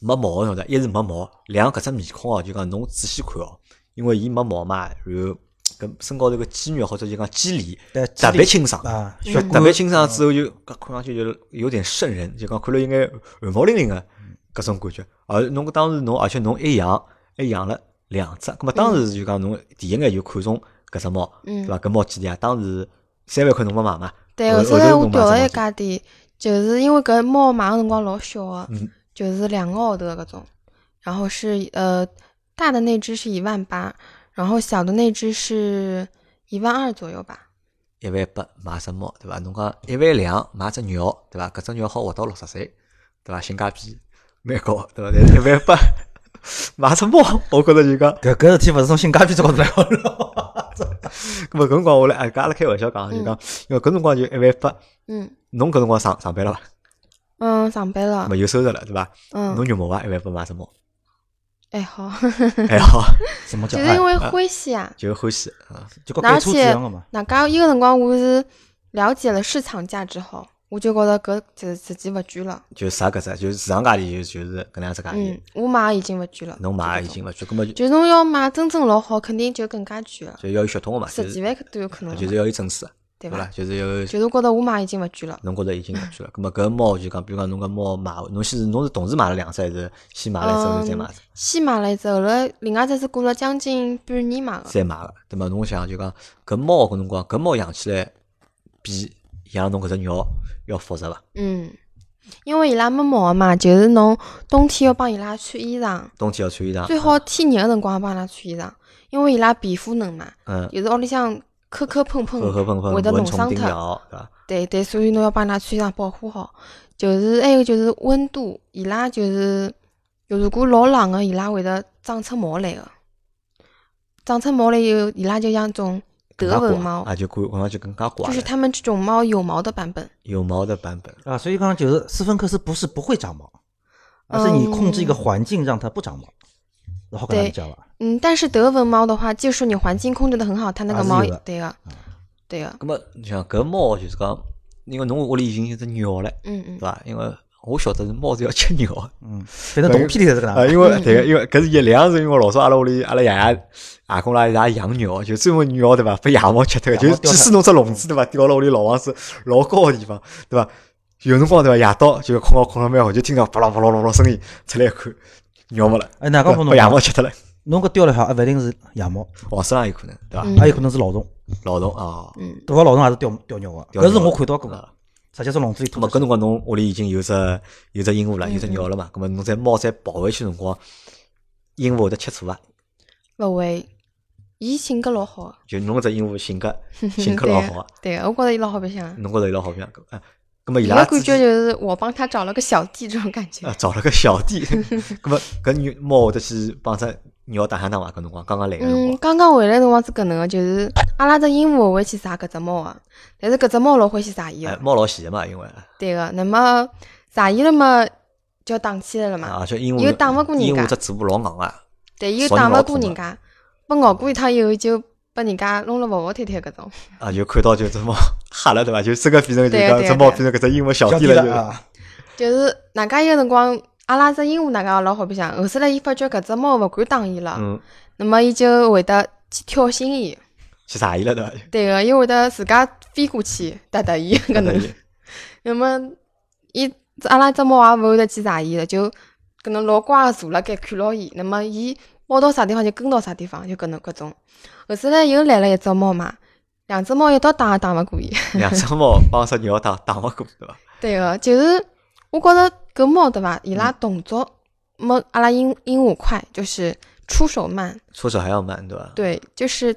没毛晓得，一是没毛，两搿只面孔哦，就讲侬仔细看哦，因为伊没毛嘛，然后搿身高头个肌肉或者就讲肌理对特别清清爽，啊，嗯血特管别清爽之后就搿看上去就有点瘆人，就讲看了应该汗毛淋淋个搿种感觉。而侬当时侬而且侬还养还养了两只，葛末当时就讲侬第一眼就看中搿只猫，嗯对伐？搿猫几钿啊？当时三万块侬没买嘛？对，后后头头来我侬买调只了猫一家店，就是因为搿猫买个辰光老小个嗯，就是两个号头的搿种，然后是呃大的那只是一万八，然后小的那只是一万二左右吧。一万八买只猫，对伐？侬讲一万两买只鸟，对伐？搿只鸟好活到六十岁，对伐？性价比蛮高，对伐？但是一万八买只猫，我觉着就讲，搿搿事体勿是从性价比这高头来考虑。搿么搿辰光我来，哎搿阿拉开玩笑讲，就讲，因为搿辰光就一万八，嗯侬搿辰光上上班了伐？嗯，上班了咾，么有收入了，对伐？嗯侬，肉麻伐？一万八买只 猫，还好，还好， 什么叫 就爱？是因为欢喜啊。哎就欢喜啊。就跟而改车子一且样个嘛。哪噶伊个辰光我是了解了市场价值后，我就觉着搿就是自己勿贵了。就啥搿只，就是市场价钿，就就是搿能样子价嗯钿，，我买已经勿贵了。侬买就已经搿种勿贵，搿么就就是侬要买真正老好，肯定就更加贵了，就要有血统个嘛，就十几是万都有可能了嘛。就是要有证书的，对对伐伐？？就是有觉得觉得我买已经勿贵了，侬觉着已经搿去了，葛末搿猫就讲，比如讲侬搿猫买，侬先是侬是同时买了两只，还是先买了一只，后头再买一只，先买了一只，后来另外一只是过了将近半年买的。再买个，对伐？侬想就讲搿猫搿辰光，搿猫养起来啊比养侬搿只鸟要复杂伐？嗯，因为伊拉没毛嘛，就是侬冬天要帮伊拉穿衣裳，冬天要穿衣裳，最好天热个辰光也帮伊拉穿衣裳，因为伊拉皮肤嫩嘛，嗯，有时屋里向磕磕碰碰厚厚喷喷，会得弄蚊伤虫叮脱。咬，对伐？对对，所以侬要帮伊拉穿衣裳保护好。就是还有就是温度，伊拉就是，就如果老冷个，伊拉会得长出毛来个。长出毛来以后，伊拉就像种德文猫，啊，就看看上去更加怪就了，是他们这种猫有毛的版本。有毛的版本。啊，所以刚刚就是斯芬克斯不是不会长毛，而是你控制一个环境让它不长毛，然后跟它啊嗯对理解吧。嗯，但是德文猫的话，就是你环境控制的很好，它那啊个是猫有的，对个，嗯对个，葛末你像搿猫就是讲，因为侬屋里已经有只鸟了，嗯嗯对。伐？因为我晓得是猫是要吃鸟的。嗯，反正同批里才是搿能啊，介。因 为对个，因为搿是一两是因为老早阿拉屋里阿拉爷爷、阿公啦伊拉养鸟，就专门鸟对伐？被野猫吃脱个，就野是猫即叼脱使弄只笼子对伐，吊辣屋里老房子老高个地方对伐？有辰光对伐？夜到就困觉困了蛮好，就听到啪啦啪啦啪啦声音，出来一看鸟没了，哎，哪对讲伐侬被野猫吃脱了，侬搿雕了好，还勿一定是野猫，黄身上有可能对伐？嗯还有可能是老虫。老虫啊，嗯，大个老虫也是雕雕鸟个，调鸟搿是我看到过啊的，直接从笼子里那吐么出搿来。辰光侬屋里已经有只有只鹦鹉了，有只嗯鸟了嘛？那么侬再猫再抱回去辰光，鹦鹉会得吃醋啊伐？勿会，伊性格老好啊，就侬搿只鹦鹉性格 性格 对老啊好啊。对啊，我觉着伊老好白相啊。侬觉着伊拉好像，哎，咁么伊伊拉拉感自己觉就是我帮他找了个小弟这种感觉啊。找了个小弟， 咁么搿女猫会得去帮只鸟打相打伐？搿辰光刚刚来个辰嗯光，，刚刚回来的辰光是搿能个，就是阿拉只鹦鹉勿会去杀搿只猫啊，但是搿只猫老欢喜杀伊哎，哦。猫老喜的嘛，因为对个，那么杀伊了嘛，就要打起来了嘛。而啊且鹦鹉又打勿过人家鹦鹉只嘴巴老硬啊，对，伊又索性打老勿过痛人了家，被咬过一趟以后就被人家弄了服服帖帖搿种。啊，就看到就只猫吓了对伐？就这个变成就对啊讲对啊只猫变对成搿只鹦鹉小弟了了，啊，就是哪家有辰光，阿拉只鹦鹉哪家老好白相，后头来伊发觉搿只猫勿敢打伊了，就嗯，那么伊就会得去挑衅伊。去啥伊了对伐？对个，伊会得自家飞过去，搭搭伊搿搭能搭伊。那么，伊阿拉只猫也勿会得去杀伊的，就搿能老乖个坐辣盖看牢伊。那么，伊跑到啥地方就跟到啥地方，就搿能搿种。后头来又来了一只猫嘛，两只猫一道打也打勿过伊。 两只猫帮只鸟打打勿过对伐？对个，就是我觉着搿猫对伐，伊拉动作没阿拉鹦鹦鹉快，就是出手慢。出手还要慢对伐？对，就是，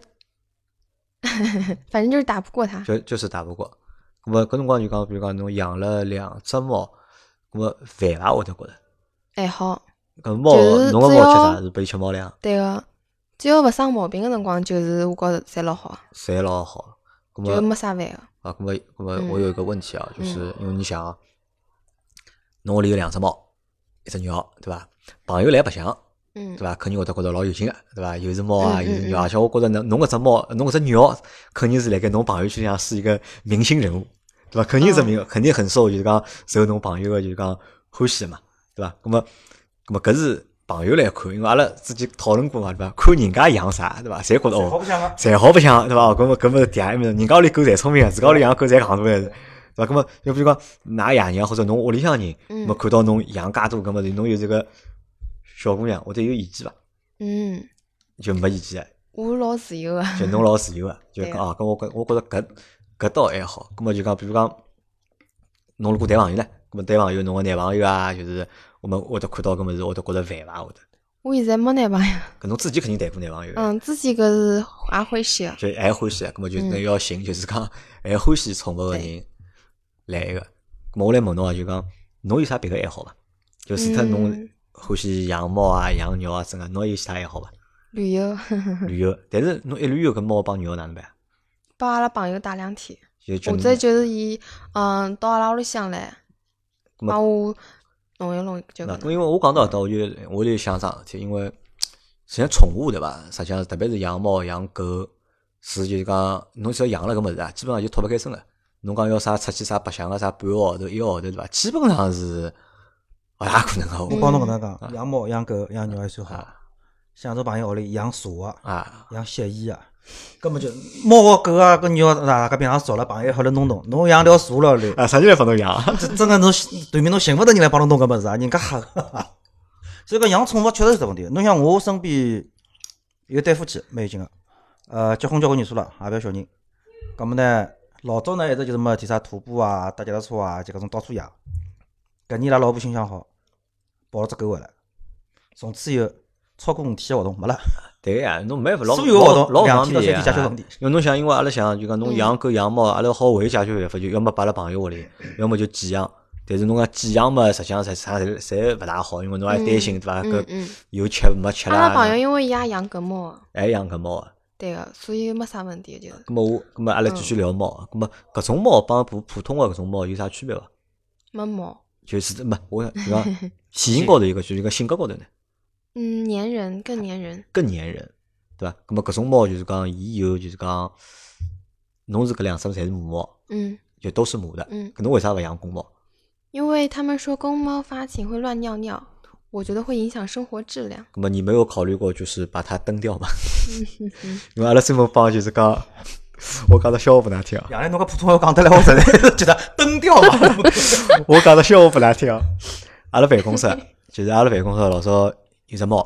反正就是打不过它。就就是打不过。咁么搿辰光就讲，比如讲侬养了两只猫，咁么烦伐？我都觉着。还好。搿猫就是侬个只猫吃要啥？是拨伊吃猫粮，对个、只要勿生毛病个辰光，就是我觉着侪老好，侪老好。就咁么没啥烦个。啊，咁么咁么嗯，我有一个问题啊，就是因为你想啊，侬屋里有两只猫，一只鸟，对伐？朋友来白相，嗯对，伐？肯定会得觉着老有劲个，对伐？又是猫啊，嗯嗯又是嗯鸟，而且我觉着侬侬搿只猫，侬搿只鸟，肯定是辣盖侬朋友圈里向是一个明星人物，对伐？肯哦定是明，肯定很受就是讲受侬朋友个就是讲欢喜嘛，对伐？咁么，咁么搿是朋友来看，因为阿拉之前讨论过嘛，对伐？看人家养啥，对伐？侪觉着好哦不，像啊。侪好白相，对伐？哦搿么搿么是第一面，人家屋里狗侪聪明啊个，自家屋里养狗侪戆大个。对伐？搿么，就比如讲，㑚爷娘或者侬屋里向人，嗯么看到侬养介多，搿么侬有这个小姑娘，或者有意见伐？嗯，就没意见的，我老自由个。就侬老自由个，就对讲啊，搿我觉我觉着搿搿倒还好，葛末就讲，比如讲，侬如果谈朋友呢，葛末谈朋友，侬个男朋友啊，就是我们会得看到搿物事，会得觉着烦伐？会得， 我现在没男朋友。搿侬自己肯定谈过男朋友的，嗯，之前搿是也欢喜个。就还欢喜，葛末就是侬要寻，就是讲还欢喜宠物个人来一个。葛末我来问侬啊，就讲侬有啥别个爱好伐？就除脱侬嗯欢喜养猫啊、养鸟啊，真个，侬还有其他爱好伐？旅游， 旅游，但是侬一旅游搿猫帮鸟哪能办？啊帮阿拉朋友带两天，就就或者侬就是伊，嗯，到阿拉屋里向来，咾么帮我弄一弄就那搿咁能。因为我讲到搿搭，我就我就想桩事体，因为实际上宠物对伐？实际上特别是养猫养狗，是就是讲侬只要养了搿物事啊，基本上就脱勿开身个。侬讲要啥出去啥白相个啥半个号头一个号头对伐？基本上是勿大可能个。我我帮侬搿能讲，养猫、养狗、养鸟还算好嗯啊。像这朋友屋里养蛇啊、啊养蜥蜴啊，根本就猫和狗啊，跟鸟哪个平常吵了朋友好了弄弄，侬养条蛇了来，啊，啥人来帮侬养？真真个侬对面侬寻勿着人来帮侬弄搿物事啊，人家吓个。所以讲养宠物确实是只问题。侬像我身边有对夫妻蛮有劲个，呃，结婚交关年数了，也勿要小人。葛么呢，老早呢一直就是么提啥徒步啊、搭脚踏车啊，就搿种到处野。搿年伊拉老婆心想好，抱了只狗回来，从此以后超过五天个活动没了。对呀，侬没法老所有活动老老两方天到便三呀天解决问题。因为侬想，因为阿拉想就讲侬嗯养狗养猫，阿拉好回解决办法，就要么摆辣朋友屋里，要么就寄养。但是侬讲寄养嘛，实际上啥啥侪侪勿大好，因为侬还担心对伐？嗯搿嗯有吃没吃阿拉朋友啦，因为伊也养搿猫啊，还养搿猫啊。对个，所以没啥问题，就是咁么我，咁么阿拉继续聊猫。啊咁么搿种猫帮普普通个搿种猫有啥区别伐？没毛。就是没我就 讲体型高头有个区别，就讲性格高头呢嗯，粘人更粘人。更粘人，对伐？咁么搿种猫就是讲，伊有就是讲，侬是搿两只侪是母猫，嗯就都是母的。嗯，搿侬为啥勿养公猫？因为他们说公猫发情会乱尿尿，我觉得会影响生活质量。那么你没有考虑过就是把它蹬掉吗？因为阿拉专门帮就是讲，我讲的笑话不难听啊，杨澜侬搿普通话讲得来，我实在是觉得登掉嘛。我讲的笑话不难听啊。阿拉办公室就是阿拉办公室老早有只猫，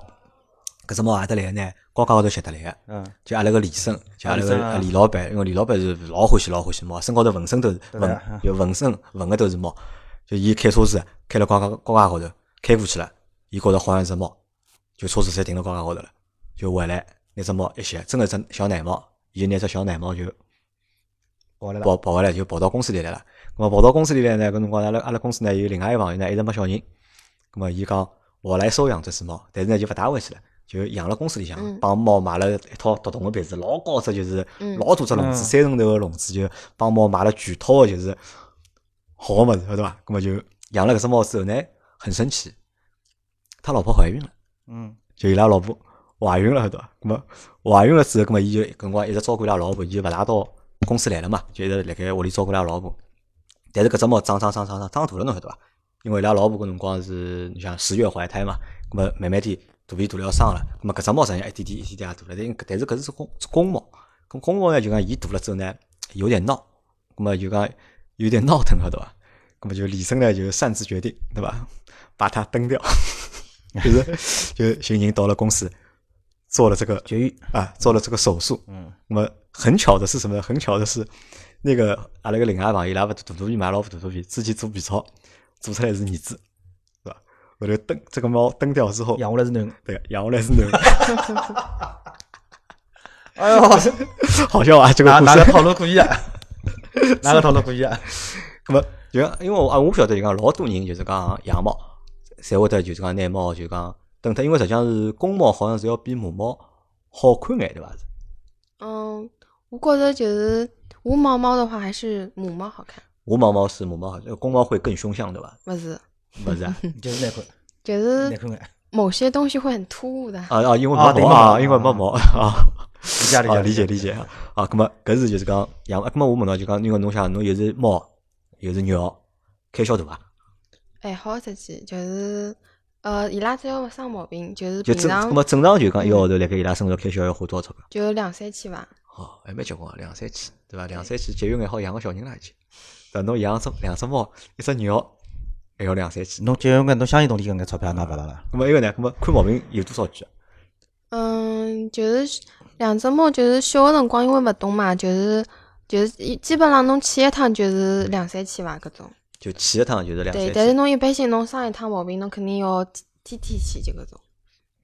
搿只猫阿得来的呢，高架高头吸得来个，嗯，就阿拉个李生，就阿拉啊李生啊个李老板，因为李老板是老欢喜老欢喜猫，身高头纹身都是对纹啊啊，有纹身纹个都是猫。就伊开车子开了高架高架高头，开过去了，伊觉着好像是只猫，就车子侪停到高架高头了，就回来拿只猫一吸，真的是只小奶猫，伊就拿只小奶猫就好来了。跑跑回来，就跑到公司里来了。那么跑到公司里来呢，搿辰光阿拉阿拉公司呢有另外一朋友呢，一直没小人，那么伊讲我来收养这只猫，但是呢就勿带回去了。就养了公司里向嗯，帮猫买了一套独栋个被子，老高只就是嗯老大只笼子，嗯三层头个笼子，就帮猫买了全套个就是好个物事，晓得伐？那么就养了搿只猫之后呢，很生气，他老婆怀孕了。嗯，就伊拉老婆怀孕了，晓得伐？咁么怀孕了之后，咁么伊就搿辰光一直照顾伊拉老婆，伊就勿大到公司来了嘛，就一直辣盖屋里照顾伊拉老婆。但是搿只猫长长长长长长大了，侬晓得伐？因为伊拉老婆搿辰光是，你想十月怀胎嘛，咁么慢慢点肚皮大了要生了，咁么搿只猫实际上一点点一点点也大了，但但是搿是只公是公猫，咁公猫呢就讲伊大了之后呢有点闹，咁么就讲有点闹腾，晓得伐？咁么就李生呢就擅自决定，对伐？把它蹬掉。 就是就行人到了公司，做了这个绝育。啊，做了这个手术。嗯，那么很巧的是什么呢？很巧的是，那个阿拉个另外一朋友，伊拉勿是大肚皮嘛，老婆大肚皮，自己做 B 超，做出来是儿子，是吧？后头蹬这个猫蹬掉之后，养下来是男的。对，养下来是男的， 哎呦，好笑啊！这个哪故哪个事。套路故意 啊？哪个套路故意啊？那么就讲因为我啊，我晓得就讲老多人就是讲养猫，侪会得就是讲拿猫就讲蹬脱，因为实际上是公猫好像是要比母猫好看眼，对伐？嗯，我觉得就是无毛猫的话，还是母猫好看，无毛猫是母猫好，呃公猫会更凶相，对伐？不是？勿 是啊？ 就是难看，就难是看眼。某些东西会很突兀的。啊啊，因为啊没对毛没毛啊，因为没毛 啊，理哦解理啊解理解理解啊。啊，那么搿是就是讲养，啊那么我问侬就讲，因为侬想侬又是猫又是鸟，开销大伐？还哎好实际就是，呃，伊拉只要勿生毛病，就是就平正，常那么正常就讲一个号头辣盖伊拉身上开销要花多少钞票？就两三千吧。哦，还蛮结棍啊，两三千，对伐？两三千节约眼好养个小人啦已经。对伐，侬养只两只猫，一只鸟，还要两三千。侬节约眼，侬相信动力搿眼钞票拿勿到了。那么还有呢？那么看毛病有多少句啊？嗯，就是两只猫，就是小个辰光因为勿懂嘛，就是就是一基本上侬去一趟就是两三千伐搿种。就去一趟就是两对，三但是千。侬一般性侬生一趟毛病，侬肯定要天天天去就搿种。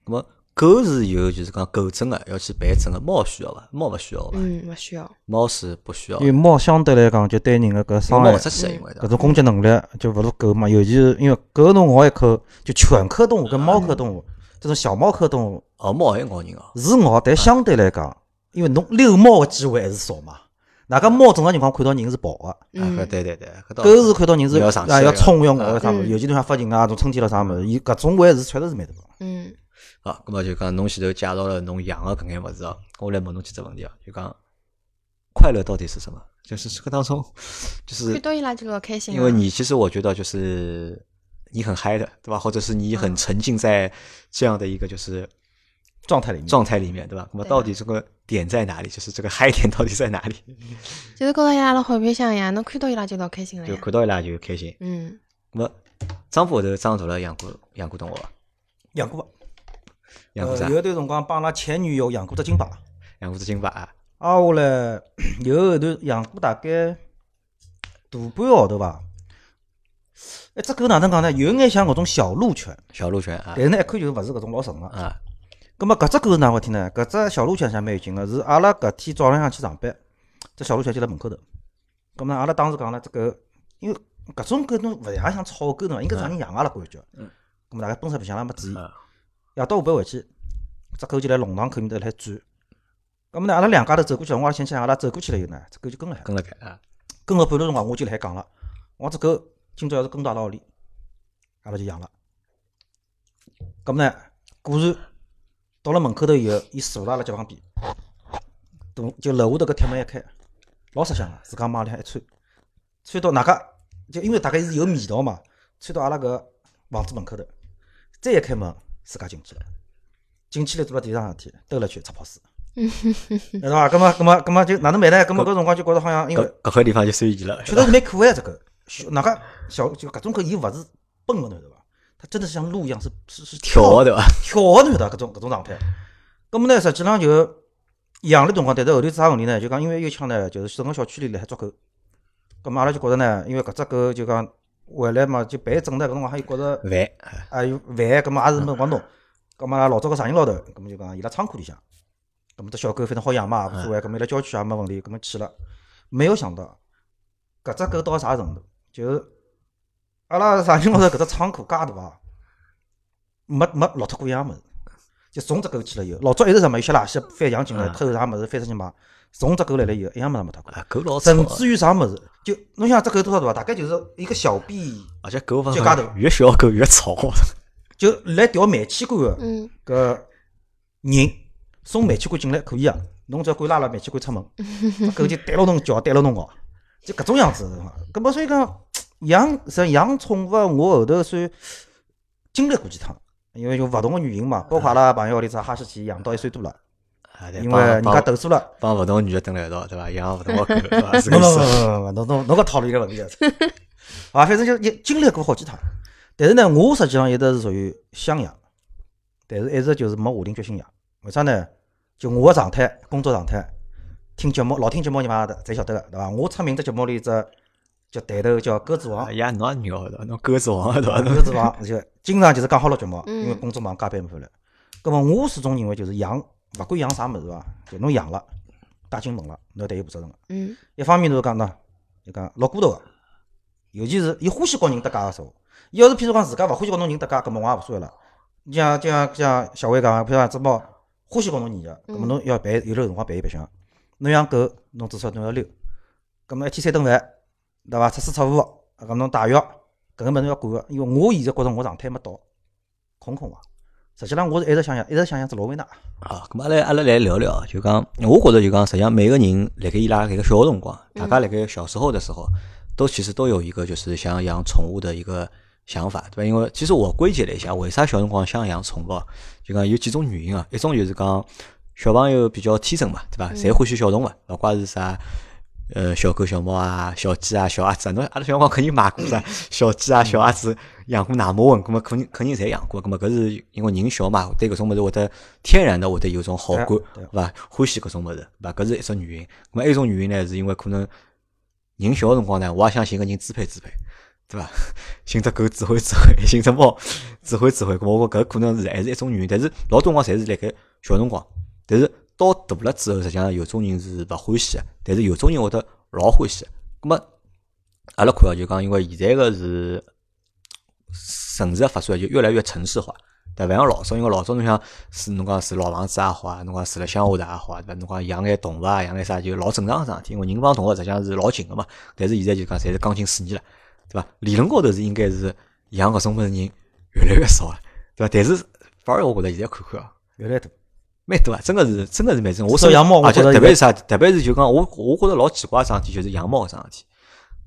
那么狗是有就是讲狗诊个，要去办诊个，猫需要伐？猫勿需要伐？嗯，勿需要。猫是不需要的因为。猫相对来讲，就对人的搿伤猫害勿出去，因为嗯搿种攻击能力就勿如狗嘛，尤其是因为狗侬咬一口，就犬科动物跟猫科动物这种小猫科动物哦，猫还咬人哦。是咬，但相对来讲，因为侬遛猫的机会还是少嘛。哪个猫正常情况看到人是跑的，啊嗯搿对对对，搿倒狗是看到人是要上去啊的要冲要咬啥物事，嗯尤其侬像发情啊，种春天了啥物事，伊搿种位是确实是蛮大的。嗯，啊，葛末就讲侬前头介绍了侬养个搿眼物事哦，我来问侬几只问题哦，就讲快乐到底是什么？就是这个当中， 就是看到伊拉就老开心啊。因为你其实我觉得就是你很嗨的，对吧？或者是你很沉浸在这样的一个就是状态里面，状态里面，对吧？那么对到底这个点在哪里？就是这个嗨点到底在哪里？其实高头伊拉辣好白相呀，侬看到伊拉就老开心了就呀。看到伊拉就开心。嗯，那么张部后头张大了养过养过同学伐？养过伐？养过啥呃，？有一段辰光帮阿拉前女友养过只金牌，养过只金牌啊？挨下来有一段养过大概大半个号头伐。一只狗哪能讲呢？有眼像搿种小鹿犬，小鹿犬啊但是呢一看就勿是搿种老纯个。啊葛末搿只狗是哪回事呢？搿只小鹿犬实际上蛮有劲个，是阿拉搿天早浪向去上班，只小鹿犬就辣门口头。葛末呢阿拉当时讲呢，只狗因为搿种狗侬勿像像草狗侬，应该是让人养阿拉感觉。嗯。葛末大概奔出白相了没注意，啊夜到下班回去，只狗就来弄堂口面头来转。咁么呢，阿拉两家头走过去了，我也想起阿拉走过去了以后呢，只狗就跟了海，跟了该啊跟了半路辰光，我就辣海讲了，我讲只狗今朝要是跟到阿拉屋里，阿拉就养了。咁么呢，果然到了门口头以后，伊坐辣阿拉脚旁边，大就楼下头搿铁门一开，老识相个，自家往里向一窜，窜到哪家就因为大概是有味道嘛，窜到阿拉搿房子门口头，再一开门，自家进去了。进去了做了第一桩事体，兜了圈擦泡屎，对伐？咁么，咁么，咁么就哪能办呢？咁么搿辰光就觉着好像因为搿搿块地方就随意了。确实是蛮可爱的这个。小哪个小就搿种狗，伊勿是蹦个侬晓得伐？它真的是像鹿一样，是是是跳的的对伐？跳的侬晓得伐搿种搿种状态。咁么呢，实际上就养了辰光，但是后头是啥问题呢？就讲因为有一枪呢，就是整个小区里辣海抓狗。咁么阿拉就觉着呢，因为搿只狗就讲回来嘛，就办证的搿辰光还有觉着烦啊有饭，咁么也是没辰光弄。咁么老早个上人老头，咁么就讲伊拉仓库里向，咁么只小狗反正好养嘛，无所谓。咁么伊拉郊区也没问题，咁么去了，没有想到，搿只狗到啥程度？就是阿拉上人老头搿只仓库介大啊，没没落脱过一样物事，就从只狗去了以后，老早一直什么有些垃圾翻墙进来啊偷啥物事翻出去卖，从只狗来了以后一样物事没脱过，啊，狗老吵甚，至于啥物事，就侬想这狗多少大伐？大概就是一个小臂，而且狗方就家头越小狗越吵。啊 就来调煤气罐个。嗯，搿人送煤气罐进来可以啊，侬只要敢拉了煤气罐出门，只狗就逮牢侬叫，逮牢侬咬，就搿种样子。搿么所以讲养实养宠物，我后头算经历过几趟，因为有勿同个原因嘛，包括阿拉朋友屋里只哈士奇养到一岁多了，啊，对因为帮人帮家投诉了。帮勿同女的蹲辣一道，对伐？养勿同个狗，对伐？是搿不不不意思。不不，侬侬侬搿套路有点问题了。啊，反正就也经历过好几趟，但是呢，我实际上一直是属于想养，但是一直就是没下定决心养。为啥呢？就我个状态，工作状态，听节目，老听节目你嘛侪晓得个，对伐？我出名只节目里只叫抬头叫鸽子王 哎，呀，侬也牛对伐？侬狗是王对伐？侬鸽子王就经常就是讲好了节目，嗯因为工作忙加班没法来。葛么我始终认为就是养，勿管养啥物事伐，就侬养了，带进门了，侬要对伊负责任个。嗯，一方面就是讲呢，就讲老骨头个，尤其是伊欢喜跟人搭界个时候，伊要是譬如讲自家勿欢喜跟侬人搭界，搿么我也无所谓了。你像就像像小伟讲，譬如讲只猫欢喜跟侬人个，搿么嗯侬要陪，有的辰光陪伊白相。侬养狗，侬至少侬要遛，搿么一天三顿饭，对伐？出水出户，搿么侬洗浴，搿个物事要管个。因为我现在觉着我状态没到，空空个。啊实际上我是一直想养，一直想养只罗威纳。啊，咁阿拉阿拉来聊聊，就讲，我觉得就讲，实际上每个人辣盖伊拉搿个小辰光，大家辣盖小时候的时候，都其实都有一个就是想养宠物的一个想法，对吧？因为其实我归结了一下，为啥小辰光想养宠物啊，就讲有几种原因啊，一种就是讲小朋友比较天真嘛，对嗯吧？侪欢喜小动物，勿怪是啥。呃，小狗、小猫啊，小鸡啊，小鸭子啊，侬阿拉小辰光肯定买过 啥？小鸡啊，小鸭嗯子养过哪么蚊，咁么肯定肯定侪养过，咁么搿是因为人小嘛，对搿种物事会得天然的会得有种好感，对对啊对啊伐？欢喜搿种物事，对伐？搿是一种原因。咁么还有一种原因呢，是因为可能人小个辰光呢，我也想寻个人支配支配，对伐？寻只狗指 挥指挥，寻只猫指挥指挥。咁我觉搿可能是还是一种原因，但是老多辰光侪是辣盖小辰光，但是到大了之后，实际上有种人是勿欢喜的，但是有种人会得老欢喜的。咁么阿拉看到就讲，因为现在个是城市个发展就越来越城市化。对伐，勿像老早，因为老早侬想住侬讲住老房子也好啊，侬讲住辣乡下头也好啊，对伐？侬讲养眼动物啊，养眼啥就老正常个事体，因为人帮动物实际上是老近个嘛。但是现在就讲侪是钢筋水泥了，对伐？理论高头是应该是养搿种物事人越来越少了，对伐？但是反而我觉着现在看看啊，越来越多，蛮多啊，真个是真个是蛮多。我说养猫我而且觉得特别有是啥，特别是就讲我我觉着老奇怪个桩事体，就是养猫搿桩事体。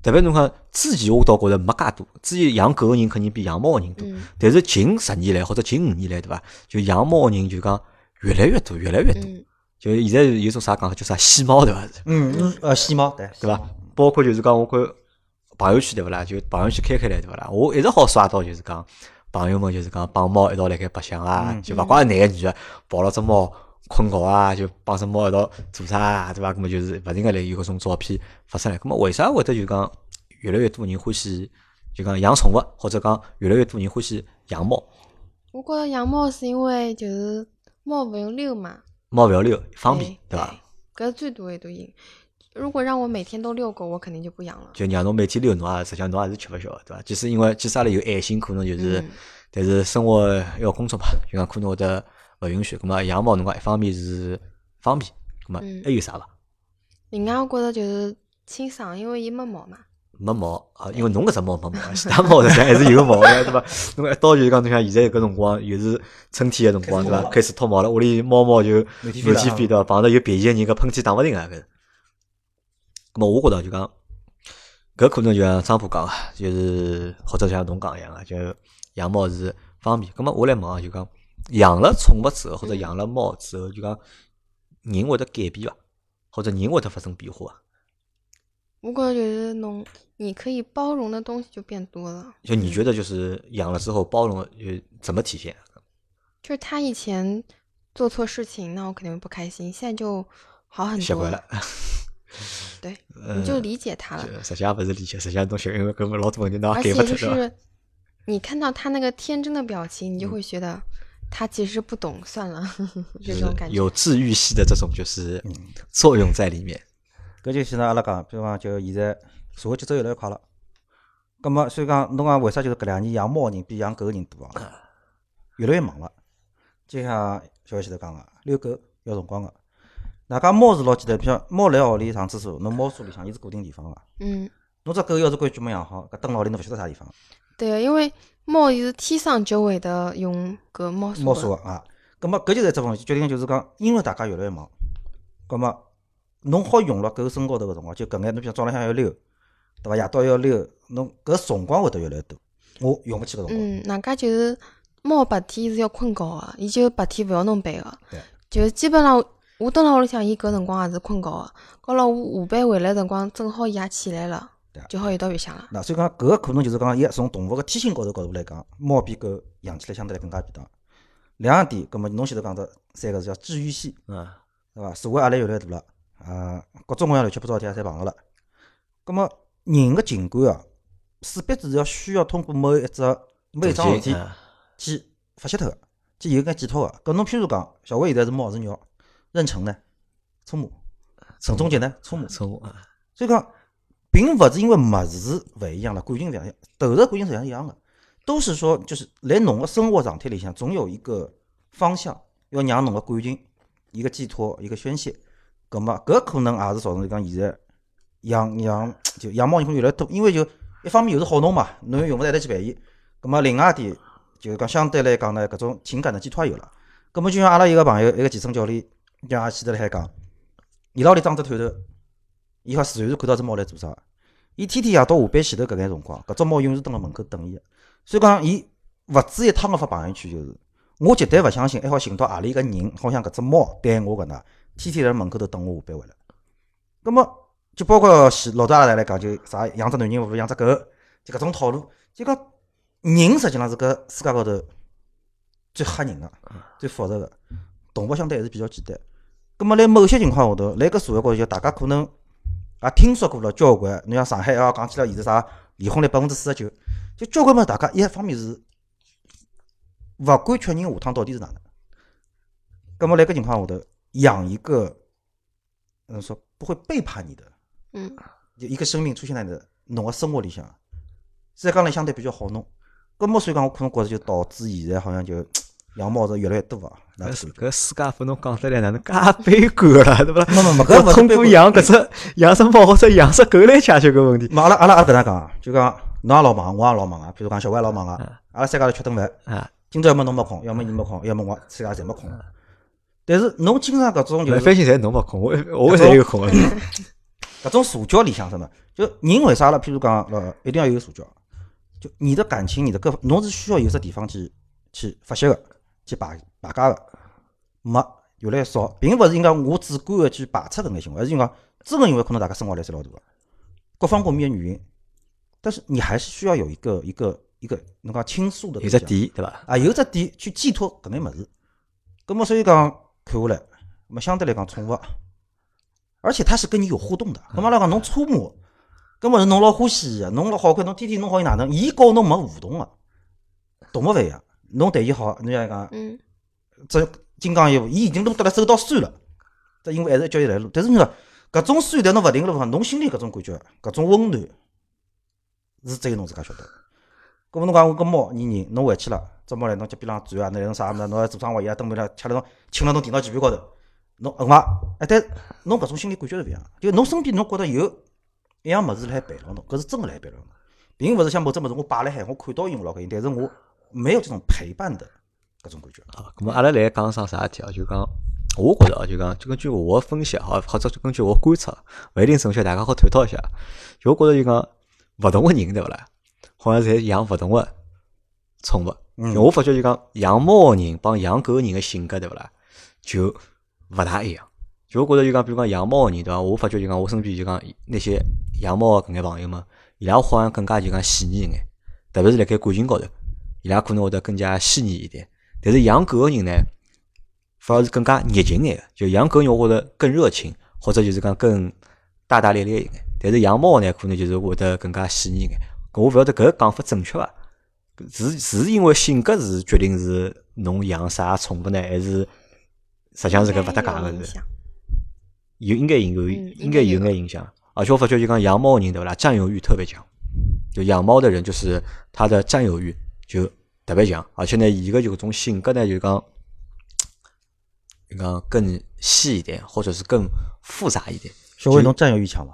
特别侬看之前我倒觉着没介多，之前养狗个人肯定比养猫个人多嗯，但是近十年来或者近五年来，对伐？就养猫个人就讲越来越多，越来越多。嗯就现在有种啥讲法，叫啥“细猫”对伐？嗯，呃，细猫对，对伐？包括就是讲，我看朋友圈对勿啦？就朋友圈开开来对勿啦？我一直好刷到就是讲朋友们就是讲帮猫一道辣盖白相啊嗯，就勿管男个女个，抱牢只猫困觉啊，就帮只猫一道做啥啊，对伐？搿么就是勿停个来有搿种照片发出来。搿么为啥会得就讲越来越多人欢喜就讲养宠物，或者讲越来越多人欢喜养猫？我觉着养猫是因为就是猫勿用遛嘛，猫勿要遛，方便哎对伐？？搿是最大的一大因。如果让我每天都遛狗，我肯定就不养了。就让侬每天遛侬啊，实际上侬也是吃勿消的，对伐？即使因为即使阿拉有爱心，可能就是嗯，但是生活要工作嘛，就讲可能会得勿允许。咁么养猫侬讲一方面是方便，咁么嗯还有啥伐？另外我觉着就是清爽，因为伊没毛嘛。没毛啊，因为侬搿只猫没毛，其他猫实际上还是有毛的，对伐？侬一到就是讲，侬像现在搿辰光又是春天个辰光，对伐？开始脱毛了，屋里猫毛就满天飞满了天飞，对伐？碰到有便宜个人，搿喷嚏打勿停啊，搿。咁么我觉着就讲，搿可能就像张浦讲个，就是或者像侬讲一样个，啊就养猫是方便。咁么我来问啊，就讲养了宠物之后，或者养了猫之后，就讲人会得改变伐？或者人会得发生变化伐？啊我觉着就是侬，你可以包容的东西就变多了。就你觉得嗯就是养了之后包容呃怎么体现？就是他以前做错事情，那我肯定会不开心，现在就好很习多惯了，， 对，嗯你就理解他了，就实际上不是理解，实际上东西因为根本老多问题侬而也改且不就脱 对吧？嗯啊是你看到他那个天真的表情，你就会觉得他其实不懂，算了， 就就这是种感觉。嗯有治愈系的这种就是嗯作用在里面。搿就现在阿拉讲，比方就现在社会节奏越来越快了，葛末所以讲侬讲为啥就是搿两年养猫的人比养狗的人多啊？越来越忙了，就像小前头讲个，遛狗要辰光个。哪家猫是老简单，譬如猫来屋里上厕所，侬猫砂里向伊是固定地方个。嗯，侬只狗要是规矩没养好，搿蹲辣屋里侬勿晓得啥地方，对，因为猫是天生就会的用搿猫砂猫砂个啊。葛末搿就是一只问题，决定就是讲，因为大家越来越忙，葛末侬好用了狗身高头个辰光，就搿眼侬比如早浪向要溜，对伐？夜到要溜，侬搿辰光会得越来越多。我用勿起哦搿辰光，嗯，外加就是猫白天是要困觉个，伊就白天勿要弄被个对，就是基本上我蹲辣屋里向，伊搿辰光也是困觉个，到了我下班回来的辰光，正好伊也起来了对，啊就好一道白相了。那所以讲搿个可能就是讲，伊从动物个天性高头角度来讲，猫比狗养起来相对来更加便当。两点，葛末侬前头讲到三个是叫治愈系，嗯，对伐？社会压力越来越大了，啊，各种各样乱七八糟的事体也侪碰到了。葛末人个情感啊，势必是要需要通过某一只每一桩事体嗯去发泄脱个，去有眼寄托个。搿侬譬如讲，小薇现在是猫是鸟，哦妊娠呢，出母，从陈中中杰呢，出母。从啊，所以讲，并勿是因为物事勿一样了，感情勿一样，投入感情实际上是一样的，都是说就是来侬个生活状态里向总有一个方向，要让侬个感情一个寄托，一个宣泄。葛么搿可能也是造成就讲现在养养就养猫人可能越来越多，因为就一方面又是好弄嘛，侬又用勿着一搭去陪伊。葛么另外一点就是讲相对来讲呢，搿种情感的寄托也有了。葛么就像阿拉一个朋友，一个健身教练，像阿前头辣海讲，伊拉屋里装只探头，伊好随时看到只猫来做啥。伊天天夜到下班前头搿眼辰光，搿只猫永远是蹲辣门口等伊个。所以讲，伊勿止一趟个发朋友圈，就是我绝对勿相信，还好寻到何里一个人，好像搿只猫对我搿能，天天辣门口头等我下班回来。葛么就包括前老早阿拉来讲，就啥养只男人勿如养只狗，就搿种套路。就讲人实际上是搿世界高头最吓人个、最复杂个，动物相对还是比较简单。葛么，辣某些情况下头，辣搿社会高头，就大家可能也啊听说过了交关。侬像上海啊，讲起来现在啥离婚率百分之四十九，就交关么大家一方面是勿敢确认下趟到底是哪能。葛么，辣搿情况下头，养一个，嗯，说不会背叛你的，嗯，啊就一个生命出现在你的侬个生活里向，所以讲呢相对比较好弄。搿么所以讲，我可能觉着就导致现在好像就养猫是越来越多啊。那搿是 世搿世界拨侬讲得来，哪能介悲观了，对勿啦？没没没搿勿我是通悲过观养搿只养只猫或者养只狗来解决搿问题。嘛，阿拉阿拉阿拉搿能讲啊，就讲侬也老忙，我也老忙啊。譬如讲小歪老忙啊，阿拉三家头吃顿饭，啊，今朝要么侬没空，要么伊没空，要么我三家侪没空。但是侬经常搿种就反是正侪侬没空，我我侪有空个。 搿种社交里向什么，就人为啥了？譬如讲，呃，一定要有社交，就你的感情，你的各，侬是需要有只地方去去发泄个，去排排解个。没越来越少，并勿是应该我主观个去排斥搿眼行为，而是讲真个因为可能大家生活压力是老大个，各方各面的原因，但是你还是需要有一个一个一个侬讲倾诉的有对只象，点对伐？啊，有只点去寄托搿眼物事。葛么所以讲看下来，那么相对来讲宠物，而且它是跟你有互动的。葛么阿拉讲侬车马，葛么是侬老欢喜个，侬老好看，侬天天弄好伊哪能？伊和侬没互动个，动物勿一样。侬对伊好，侬像讲嗯这金刚一步，伊已经撸得来手到酸了，这因为还是叫伊来撸。但是你说搿种酸，但侬勿停个路上，侬心里搿种感觉，搿种温暖，是只有侬自家晓得的。搿么侬讲搿猫你人，侬回去了，只猫来侬脚边浪转啊，那侬啥物事，侬还做生活，伊也蹲不了，吃了侬请了侬电脑前面高头，侬恨伐？哎，但侬搿种心理感觉是勿一样的，就侬身边侬觉得有一样物事辣陪牢侬，搿是真个辣陪牢侬，并勿是像某只物事我摆辣海，我看到伊我老开心，但是我没有这种陪伴的搿种感觉。啊，咁么阿拉来讲桩啥事体啊？就讲，我觉着啊，就讲，就根据我的分析啊，或者就根据我的观察，勿一定正确，大家好探讨一下。就我觉着就讲，勿同个人对勿啦？好像侪养勿同个宠物。嗯因为我发觉就讲，养猫个人帮养狗个人个性格对勿啦，就勿大一样。就我觉着就讲，比如讲养猫个人对伐？我发觉就讲，我身边就讲那些养猫个搿眼朋友们，伊拉好像更加就讲细腻一眼，特别是辣盖感情高头，伊拉可能会得更加细腻一点。但是养狗个人呢，反而是更加热情眼个，就养狗人我觉着更热情，或者就是讲更大大咧咧一眼。但是养猫呢，可能就是会得更加细腻一眼。搿我勿晓得搿讲法正确伐？是是因为性格是决定是侬养啥宠物呢，还是实际上是搿勿搭界应该有个影是？有响应该有嗯应该有啊应该有眼影响。而且我发觉就讲养猫的人对不啦，占有欲特别强。就养猫的人，就是他的占有欲就特别强，而且呢，伊个有种性格呢，就讲，就讲更细一点，或者是更复杂一点。小伟，侬占有欲强伐？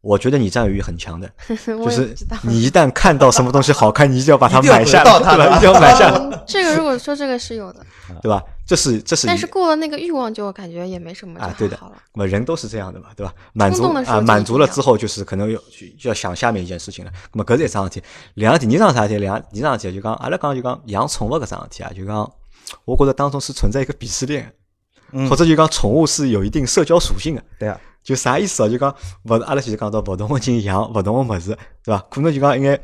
我觉得你占有欲很强的，就 我也是不知道。你一旦看到什么东西好看，你就要把它一定要买下得到来，对 它吧？一定要买下来，这个如果说这个是有的，对吧？这是这是一嗯但是过了那个欲望，就感觉也没什么就啊，对的还好了。，那么人都是这样的嘛，对吧？满足冲动的时候啊，就满是足这了样之后，就是可能要去就要想下面一件事情了。那么搿是一桩事体，两第二桩啥事体？两第二桩啊事体就讲，阿拉讲就讲养宠物搿桩事体啊，就讲我觉得当中是存在一个鄙视链，嗯或者就讲宠物是有一定社交属性的、对啊，就啥意思啊？就讲勿阿拉就是讲到勿同个人养勿同个物事，对伐？可能就讲一眼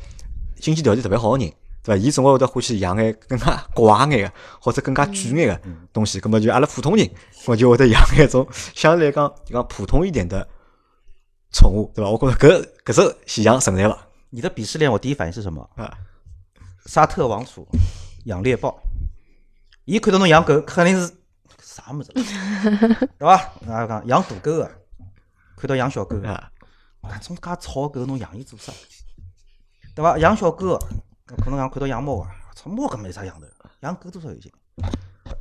经济条件特别好个人，对伐？伊总归会得欢喜养眼更加怪眼个，或者更加贵眼个东西。咁么就阿拉普通人，我就会得养眼种相对来讲就讲普通一点的宠物，对伐？我觉着搿搿只现象存在伐？你的鄙视链，我第一反应是什么？啊，沙特王储养猎豹，伊看到侬养狗，肯定是啥物事了， 对伐？那讲养大狗啊个，看到养小狗个，啊，搿种介吵的狗，侬养伊做啥？啊对伐？养小狗个，啊可能讲看到养猫个，操猫搿没啥养头，养狗多少有劲。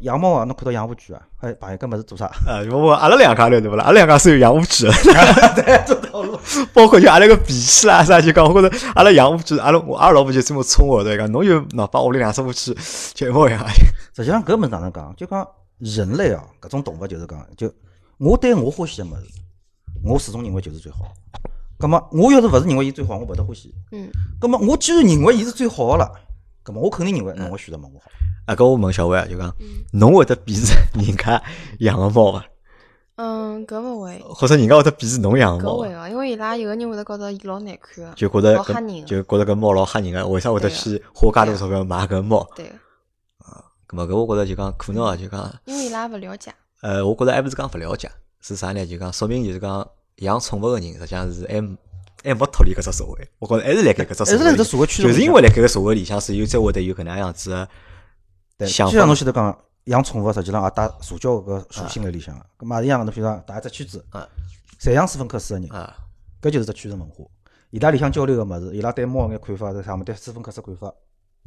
养猫啊，侬看到养乌龟啊，哎，朋友搿物事做啥？啊，我问阿拉两家头对勿啦？阿拉两家是有养乌龟的， 包括就阿拉个脾气啦啥，就讲我觉着阿拉养乌龟，阿拉我阿拉老婆就这么冲我对讲，侬就喏把屋里两只乌龟全部养。实际上搿物事哪能讲？就讲人类哦，搿种动物就是讲，就我对我欢喜的物事，我始终认为就是最好。葛么，我要是勿是认为伊最好，我勿得欢喜。嗯，葛么，我既然认为伊是最好的了，葛么我肯定认为，那我选择没我好。啊，搿我问小伟啊，就讲侬会得鄙视人家养个猫伐？嗯，搿勿会，或者人家会得鄙视侬养个搿猫会伐？个，因为伊拉有个人会得觉着伊老难看个，啊就觉得老吓人搿个就觉得搿猫老吓人个，为啥会得对啊去花介多钞票买搿猫？对个，咁么搿我觉着就讲可能啊，就讲因为伊拉勿了解。呃，我觉着还勿是讲勿了解，是啥呢？就讲说明就是讲养宠物个人实际上是还没还没脱离搿只社会，我觉着还是辣盖搿只还哎是辣搿搿社会驱动就是因为辣盖搿社会里向是有才会得有搿能样子的啊对，想就法像侬。前头讲，养宠物实际上也带社交搿个属性辣里向个。葛么也一样，侬譬如讲，大家只圈子啊，侪养斯芬克斯个人，啊，搿就是只圈层文化。伊拉里向交流个物事，伊拉对猫眼看法是啥物事，对斯芬克斯看法，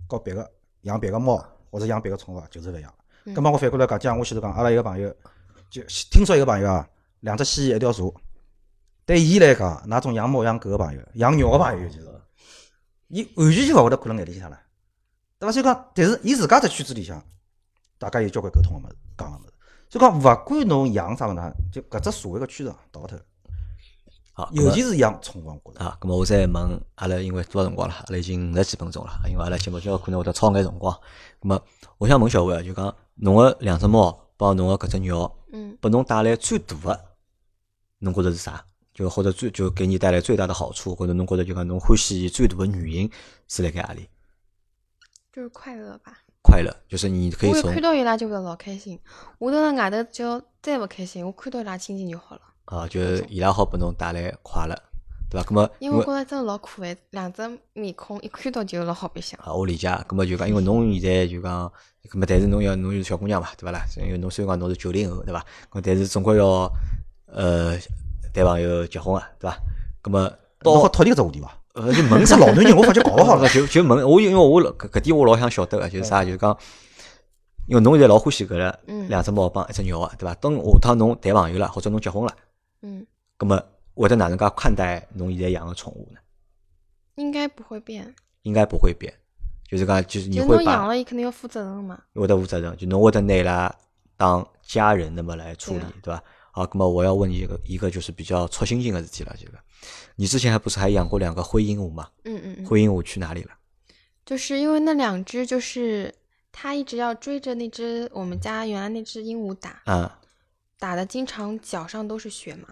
和别个养别个猫或者养别个宠物啊就是勿一样。嗯咁么我反过来讲，就像我前头讲，阿拉一个朋友，就听说一个朋友啊，两只蜥蜴一条蛇，对伊来讲，哪种养猫养狗个朋友，养鸟个朋友就是，伊完全就勿会得看辣眼里向了，对伐？所以讲，但是伊自家只圈子里向，大家有交关沟通个物事，讲个物事。所以讲，勿管侬养啥物事，就搿只社会个趋势啊到头，好，啊咁么尤其是养宠物，我觉着。啊，咁么我再问阿拉，因为多少辰光了？阿拉已经五十几分钟了，因为阿拉节目就要可能会得超眼辰光。咁么，我想问小伟啊，就讲侬个两只猫，帮侬个搿只鸟，嗯拨侬带来最大个，侬觉着是啥？就或者最就给你带来最大的好处，或者侬觉着就讲侬欢喜伊最大的原因是辣盖何里？就是快乐吧。快乐，就是你可以我一从看到伊拉就会老开心，我蹲辣外头只要再勿开心，我看到伊拉亲近就好了。啊，就是伊拉好拨侬带来快乐，对伐？那么因为我觉着真的老可爱，两只面孔一看到就老好白相。啊，我理解。咁么就讲，因为侬现在就讲，咁么但是侬要侬是小姑娘嘛，对伐啦？因为侬虽然讲侬是九零后，对伐？咁但是总归要呃谈朋友结婚啊，对伐？咁么侬好到脱离搿只话题 伐？呃就问是老男人，我发觉搞勿好 了。就就问我，因为我老搿搿点我老想晓得个，就是啥，就是讲，因为侬现在老欢喜搿个嗯两只猫帮一只鸟啊，对伐？等下趟侬谈朋友了，或者侬结婚了，嗯，咁么会得哪能介看待侬现在养个宠物呢？应该不会变。应该不会变，就是讲，就是你就会侬把养了，伊肯定要负责任嘛。会得负责任，就侬会得拿伊拉当家人那么来处理对啊，对吧？好，那么我要问你一个一个就是比较操心性的事体了，这个，你之前还不是还养过两个灰鹦鹉吗？嗯嗯嗯。灰鹦鹉去哪里了？就是因为那两只，就是它一直要追着那只我们家原来那只鹦鹉打，啊、打的经常脚上都是血嘛，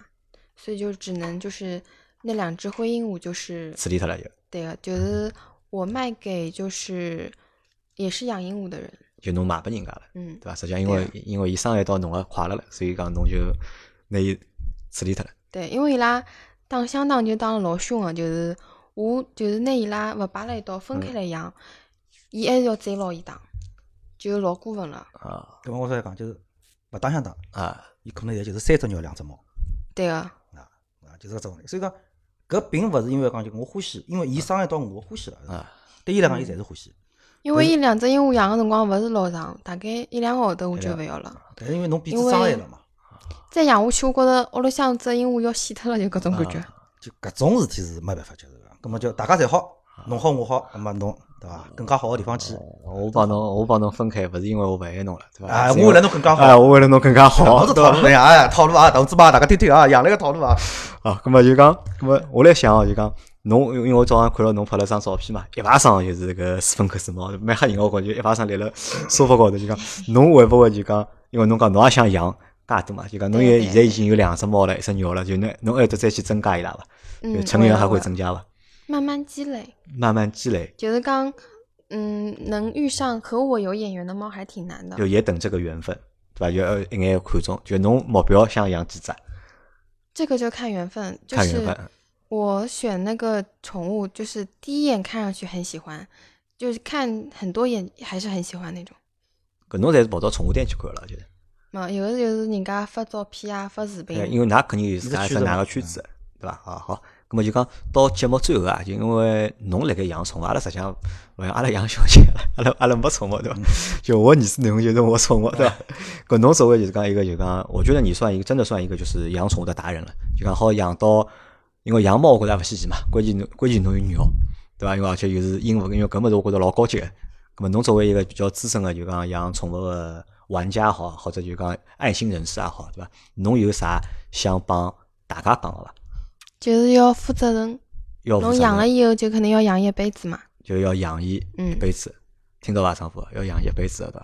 所以就只能就是那两只灰鹦鹉就是处理掉了就，对个，就是我卖给就是也是养鹦鹉的人，就侬卖拨人家了，嗯对，吧？实际上因为啊因为伊伤害到侬个快乐了，所以讲侬就拿伊处理掉了。对，因为伊拉打相打就啊打得老凶个，就是我就是拿伊拉勿摆辣一道分开来养，伊还是要追牢伊打，就老过分了，啊搿么我再讲，就是勿打相打，啊，伊可能现在就是三只鸟两只猫对个、啊，啊，就是搿只问题。所以讲，搿并勿是因为讲就我欢喜，因为伊伤害到我，我欢喜了啊。对伊来讲，伊侪是欢喜。因为伊两只鹦鹉养个辰光勿是老长，大概一两个号头我就勿要了。但是因为侬彼因此为伤害了嘛，再养下去，我觉着屋里向只鹦鹉要死脱了，就搿种感觉。就搿种事体是没办法接受个。搿么就大家侪好，侬好我好，那么侬对伐？更加好个地方去。我帮侬我帮侬分开，勿是因为我勿爱侬了，对吧？啊，是因我为了侬更加啊，好。我为了侬更加好 好，，这套路哎呀，哎呀套路啊，同志们，大家听听啊，养了个套路啊。啊，咁么就讲，咁么我来想哦，就讲侬，因为我早上看到侬拍了张照片嘛，一排伤就是搿四分克斯猫，蛮吓人的，我感觉一排伤立了沙发高头，就 讲侬会勿会就讲，因为侬讲侬也想养介多嘛，就讲侬对也对现在已经有两只猫了，一只鸟了，就侬侬还得再去增加伊拉伐？就嗯，成员会还的会的增加伐？慢慢积累，慢慢积累，就是讲，嗯，能遇上和我有眼缘的猫还挺难的就。也等这个缘分，对伐？就要一眼看中，就侬目标想养几只，这个就看缘分，就看缘是分。我选那个宠物，就是第一眼看上去很喜欢，就是看很多眼还是很喜欢那种。搿侬侪是跑到宠物店去看了，就是，嘛，有的就是人家发照片啊，发视频哎，因为㑚肯定有自家一只㑚个圈子，对伐？啊好，咁么就讲到节目最后啊，就因为侬辣盖养宠物，阿拉实际上勿像阿拉养小姐，阿拉阿 拉没宠物对伐？就我儿子侬就是我宠物对 伐？搿侬作为就是讲一个就讲，我觉得你算一个真的算一个就是养宠物的达人了，就讲好养到，因为养猫我觉着也勿稀奇嘛，关键侬关键侬有鸟，对伐？因为而且又是鹦鹉，因为搿物事我觉着老高级个。咁么侬作为一个比较资深的，就讲养宠物的玩家也好，或者就讲爱心人士也好，对伐？侬有啥想帮大家讲个伐？就是要负责任。要负责侬任养了以后，就肯定要养一辈子嘛。就要养伊一嗯辈子，听到伐，丈夫？要养一辈子的，对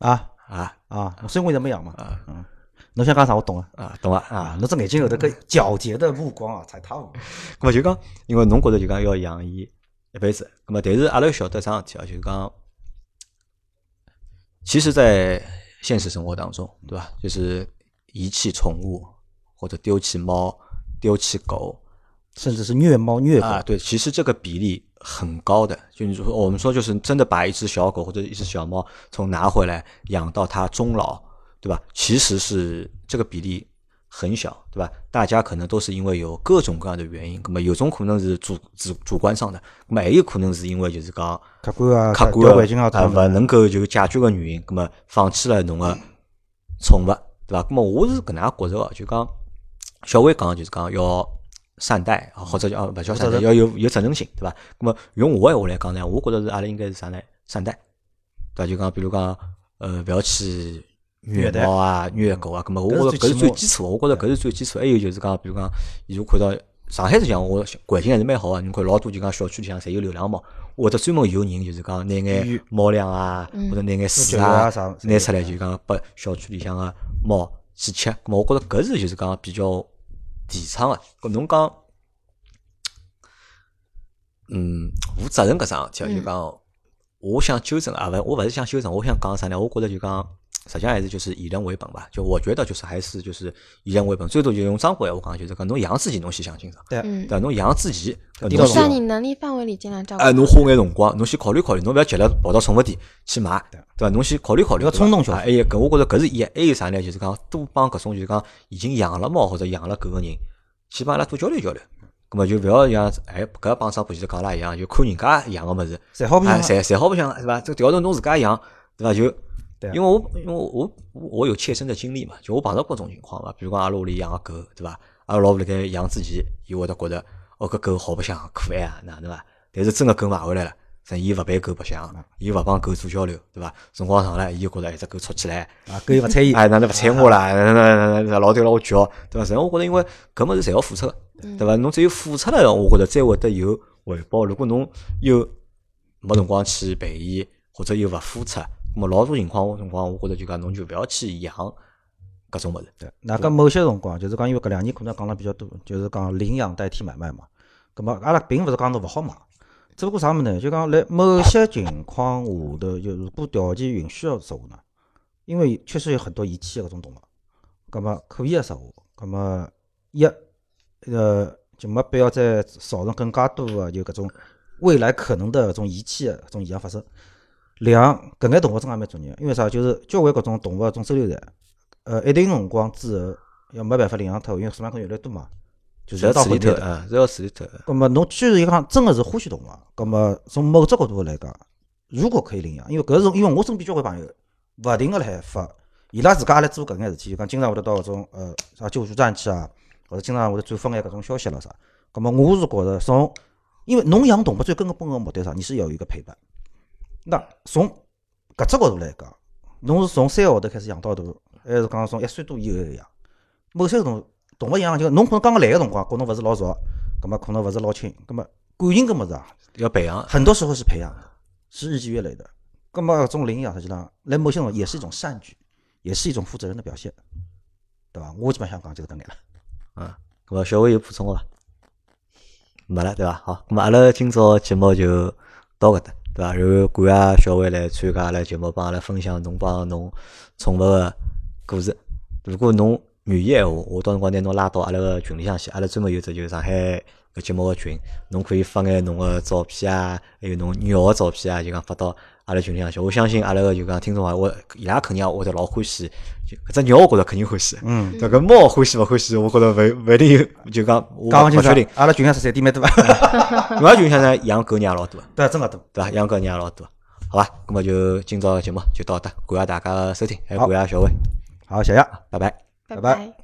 伐？啊啊啊，所以我现在没养嘛。啊嗯，侬想讲啥我懂啊。啊，懂伐？啊啊，，侬这眼睛后头搿皎洁的目光啊，才踏舞。咁么就讲，因为侬觉着就讲要养伊一辈子，咁么但是阿拉要晓得桩事体啊，就是讲，其实，在现实生活当中，对吧？就是遗弃宠物或者丢弃猫、丢弃狗，甚至是虐猫虐狗。啊，对，其实这个比例很高的。就你说，我们说就是真的把一只小狗或者一只小猫从拿回来养到它终老，对吧？其实是这个比例很小，对吧？大家可能都是因为有各种各样的原因，那么有种可能是主主主观上的，那么还有可能是因为就是讲客观啊客条观环境啊等等勿能够就解决个原因，那么放弃了侬个宠物，对伐？那么我是搿能介觉着个，哦就讲小伟讲的就是讲要善待，啊或者叫啊勿叫善待，责任要有有责任心，对伐？那么用我闲话来讲呢，我觉着是阿拉应该是啥呢？善待，对伐？就讲比如讲，呃，勿要去虐虐待猫啊、虐狗啊，那么我搿觉着搿是是最起最码基础的，我觉着搿是最基础的。还有就是讲，比如讲，如果看到上海是讲我环境还是蛮好啊，侬看老多就讲小区里向侪有流浪猫，或者专门有人就是讲拿眼猫粮啊，或者拿眼吃水脚啊啊啥，拿出来就讲拨小区里向个猫去吃。咁我觉着搿是就是讲比较提倡个。咁侬讲，嗯，负责任搿桩事体啊，就讲，我想纠正啊，勿，我勿是想纠正，我想讲啥呢？我觉着就讲，实际上还是就是以人为本吧。就我觉得就是还是就是以人为本，最多就用张国闲话讲，就是讲侬养自己，侬先想清爽。对，嗯，对，侬养之前，搿低侬调在点先你能力范围里尽量照顾。哎，侬花眼辰光，侬先考虑考虑，侬勿要急了跑到宠物店去买，对伐？侬先考虑考虑，不要对伐冲动消费啊还有搿，我觉着搿是一，还有啥呢？就是讲多帮搿种就是讲已经养了猫或者养了狗个人，去帮阿拉多交流交流。葛末就勿要像哎搿帮张婆前头讲啦一样，就看人家养个物事，侪好白啊，相啊。侪侪好白相是伐？这调头侬自家养，对伐？就对啊因为我因为我我我有切身的经历嘛，就我碰到过种情况嘛，比如讲阿拉屋里养个狗，对伐？阿拉老婆辣盖养之前，伊会得觉得哦搿狗好白相，可爱啊，哪能啊？但是真个狗买回来了，实际伊勿陪狗白相，嗯伊勿帮狗做交流，对伐？辰光长了，伊就觉得哎只狗吵起来， 啊，搿又勿睬伊，哎，哪能勿睬我啦？哪能哪能哪能老对牢我叫，对伐？实际上我觉得，因为搿物事侪要付出的，对伐？侬只有付出了，我觉得才会得有回报。如果侬又没辰光去陪伊，或者又勿付出，那么老多情况辰光，我觉得就讲侬就勿要去养搿种物事。对，那搿某些辰光，就是讲，因为搿两年可能讲了比较多，就是讲领养代替买卖嘛。葛末阿拉并勿是讲侬勿好买，只不过啥物事呢？就讲辣某些情况下头，就如果条件允许的说话呢，因为确实有很多遗弃的搿种动物，葛末可以的说话，葛末一呃就没必要再造成更加多的就搿种未来可能的搿种遗弃的搿种现象发生。两搿眼动物真个蛮作孽，因为啥？就是交关搿种动物的搿种收留站，呃，一定辰光之后要没办法领养脱，因为数量可能越来越多嘛，就是是要到处后理头脱，。嗯，是要处理脱。咁么侬既然讲真个是欢喜动物，咁么从某只角度来讲，如果可以领养，因为搿是因为我身边交关朋友勿停个辣海发，伊拉自家也来做搿眼事体，就讲经常会得到搿种呃啥救助站去啊，或者经常会得转发眼搿种消息咾啥。咁么我是觉着从，因为侬养动物最根本个目的是啥，你是要有一个陪伴。那从搿只角度来讲，侬是从三个号头开始养到大，还是讲从一岁多以后养？某些动动物养就侬可能刚刚来个辰光，跟侬勿是老熟，葛末可能勿是老亲，葛末感情搿物事啊，要培养，很多时候是培养的，是日积月累的。葛末搿种领养实际上，来某些种也是一种善举，也是一种负责任的表现，对伐？我基本上讲就是搿眼了。嗯，咁么小伟有补充个伐？没了对伐？好，咁么阿拉今朝节目就到搿搭对伐？然后感谢小伟来参加阿拉节目，帮阿拉分享侬帮侬宠物个故事。如果侬愿意闲话，我到辰光拿侬拉到阿拉个群里向去，阿拉专门有只就是上海搿节目个群，侬可以发眼侬个照片啊，还有侬鸟个照片啊，就讲发到阿拉群里向去。我相信阿拉个就讲听众啊，我伊拉肯定也会得老欢喜，就搿只鸟我觉着肯定欢喜。嗯，这个猫欢喜勿欢喜，我觉着勿勿一定有，就讲我 讲勿不勿清确定爽。，阿拉群里十三点 蛮多，我也就想呢，养狗人也老多，对，啊真个多。对伐？养狗人也老多，好伐？那么就今朝的节目就到这，感谢大家的收听，还有感谢小伟，好，谢谢，拜拜。拜拜拜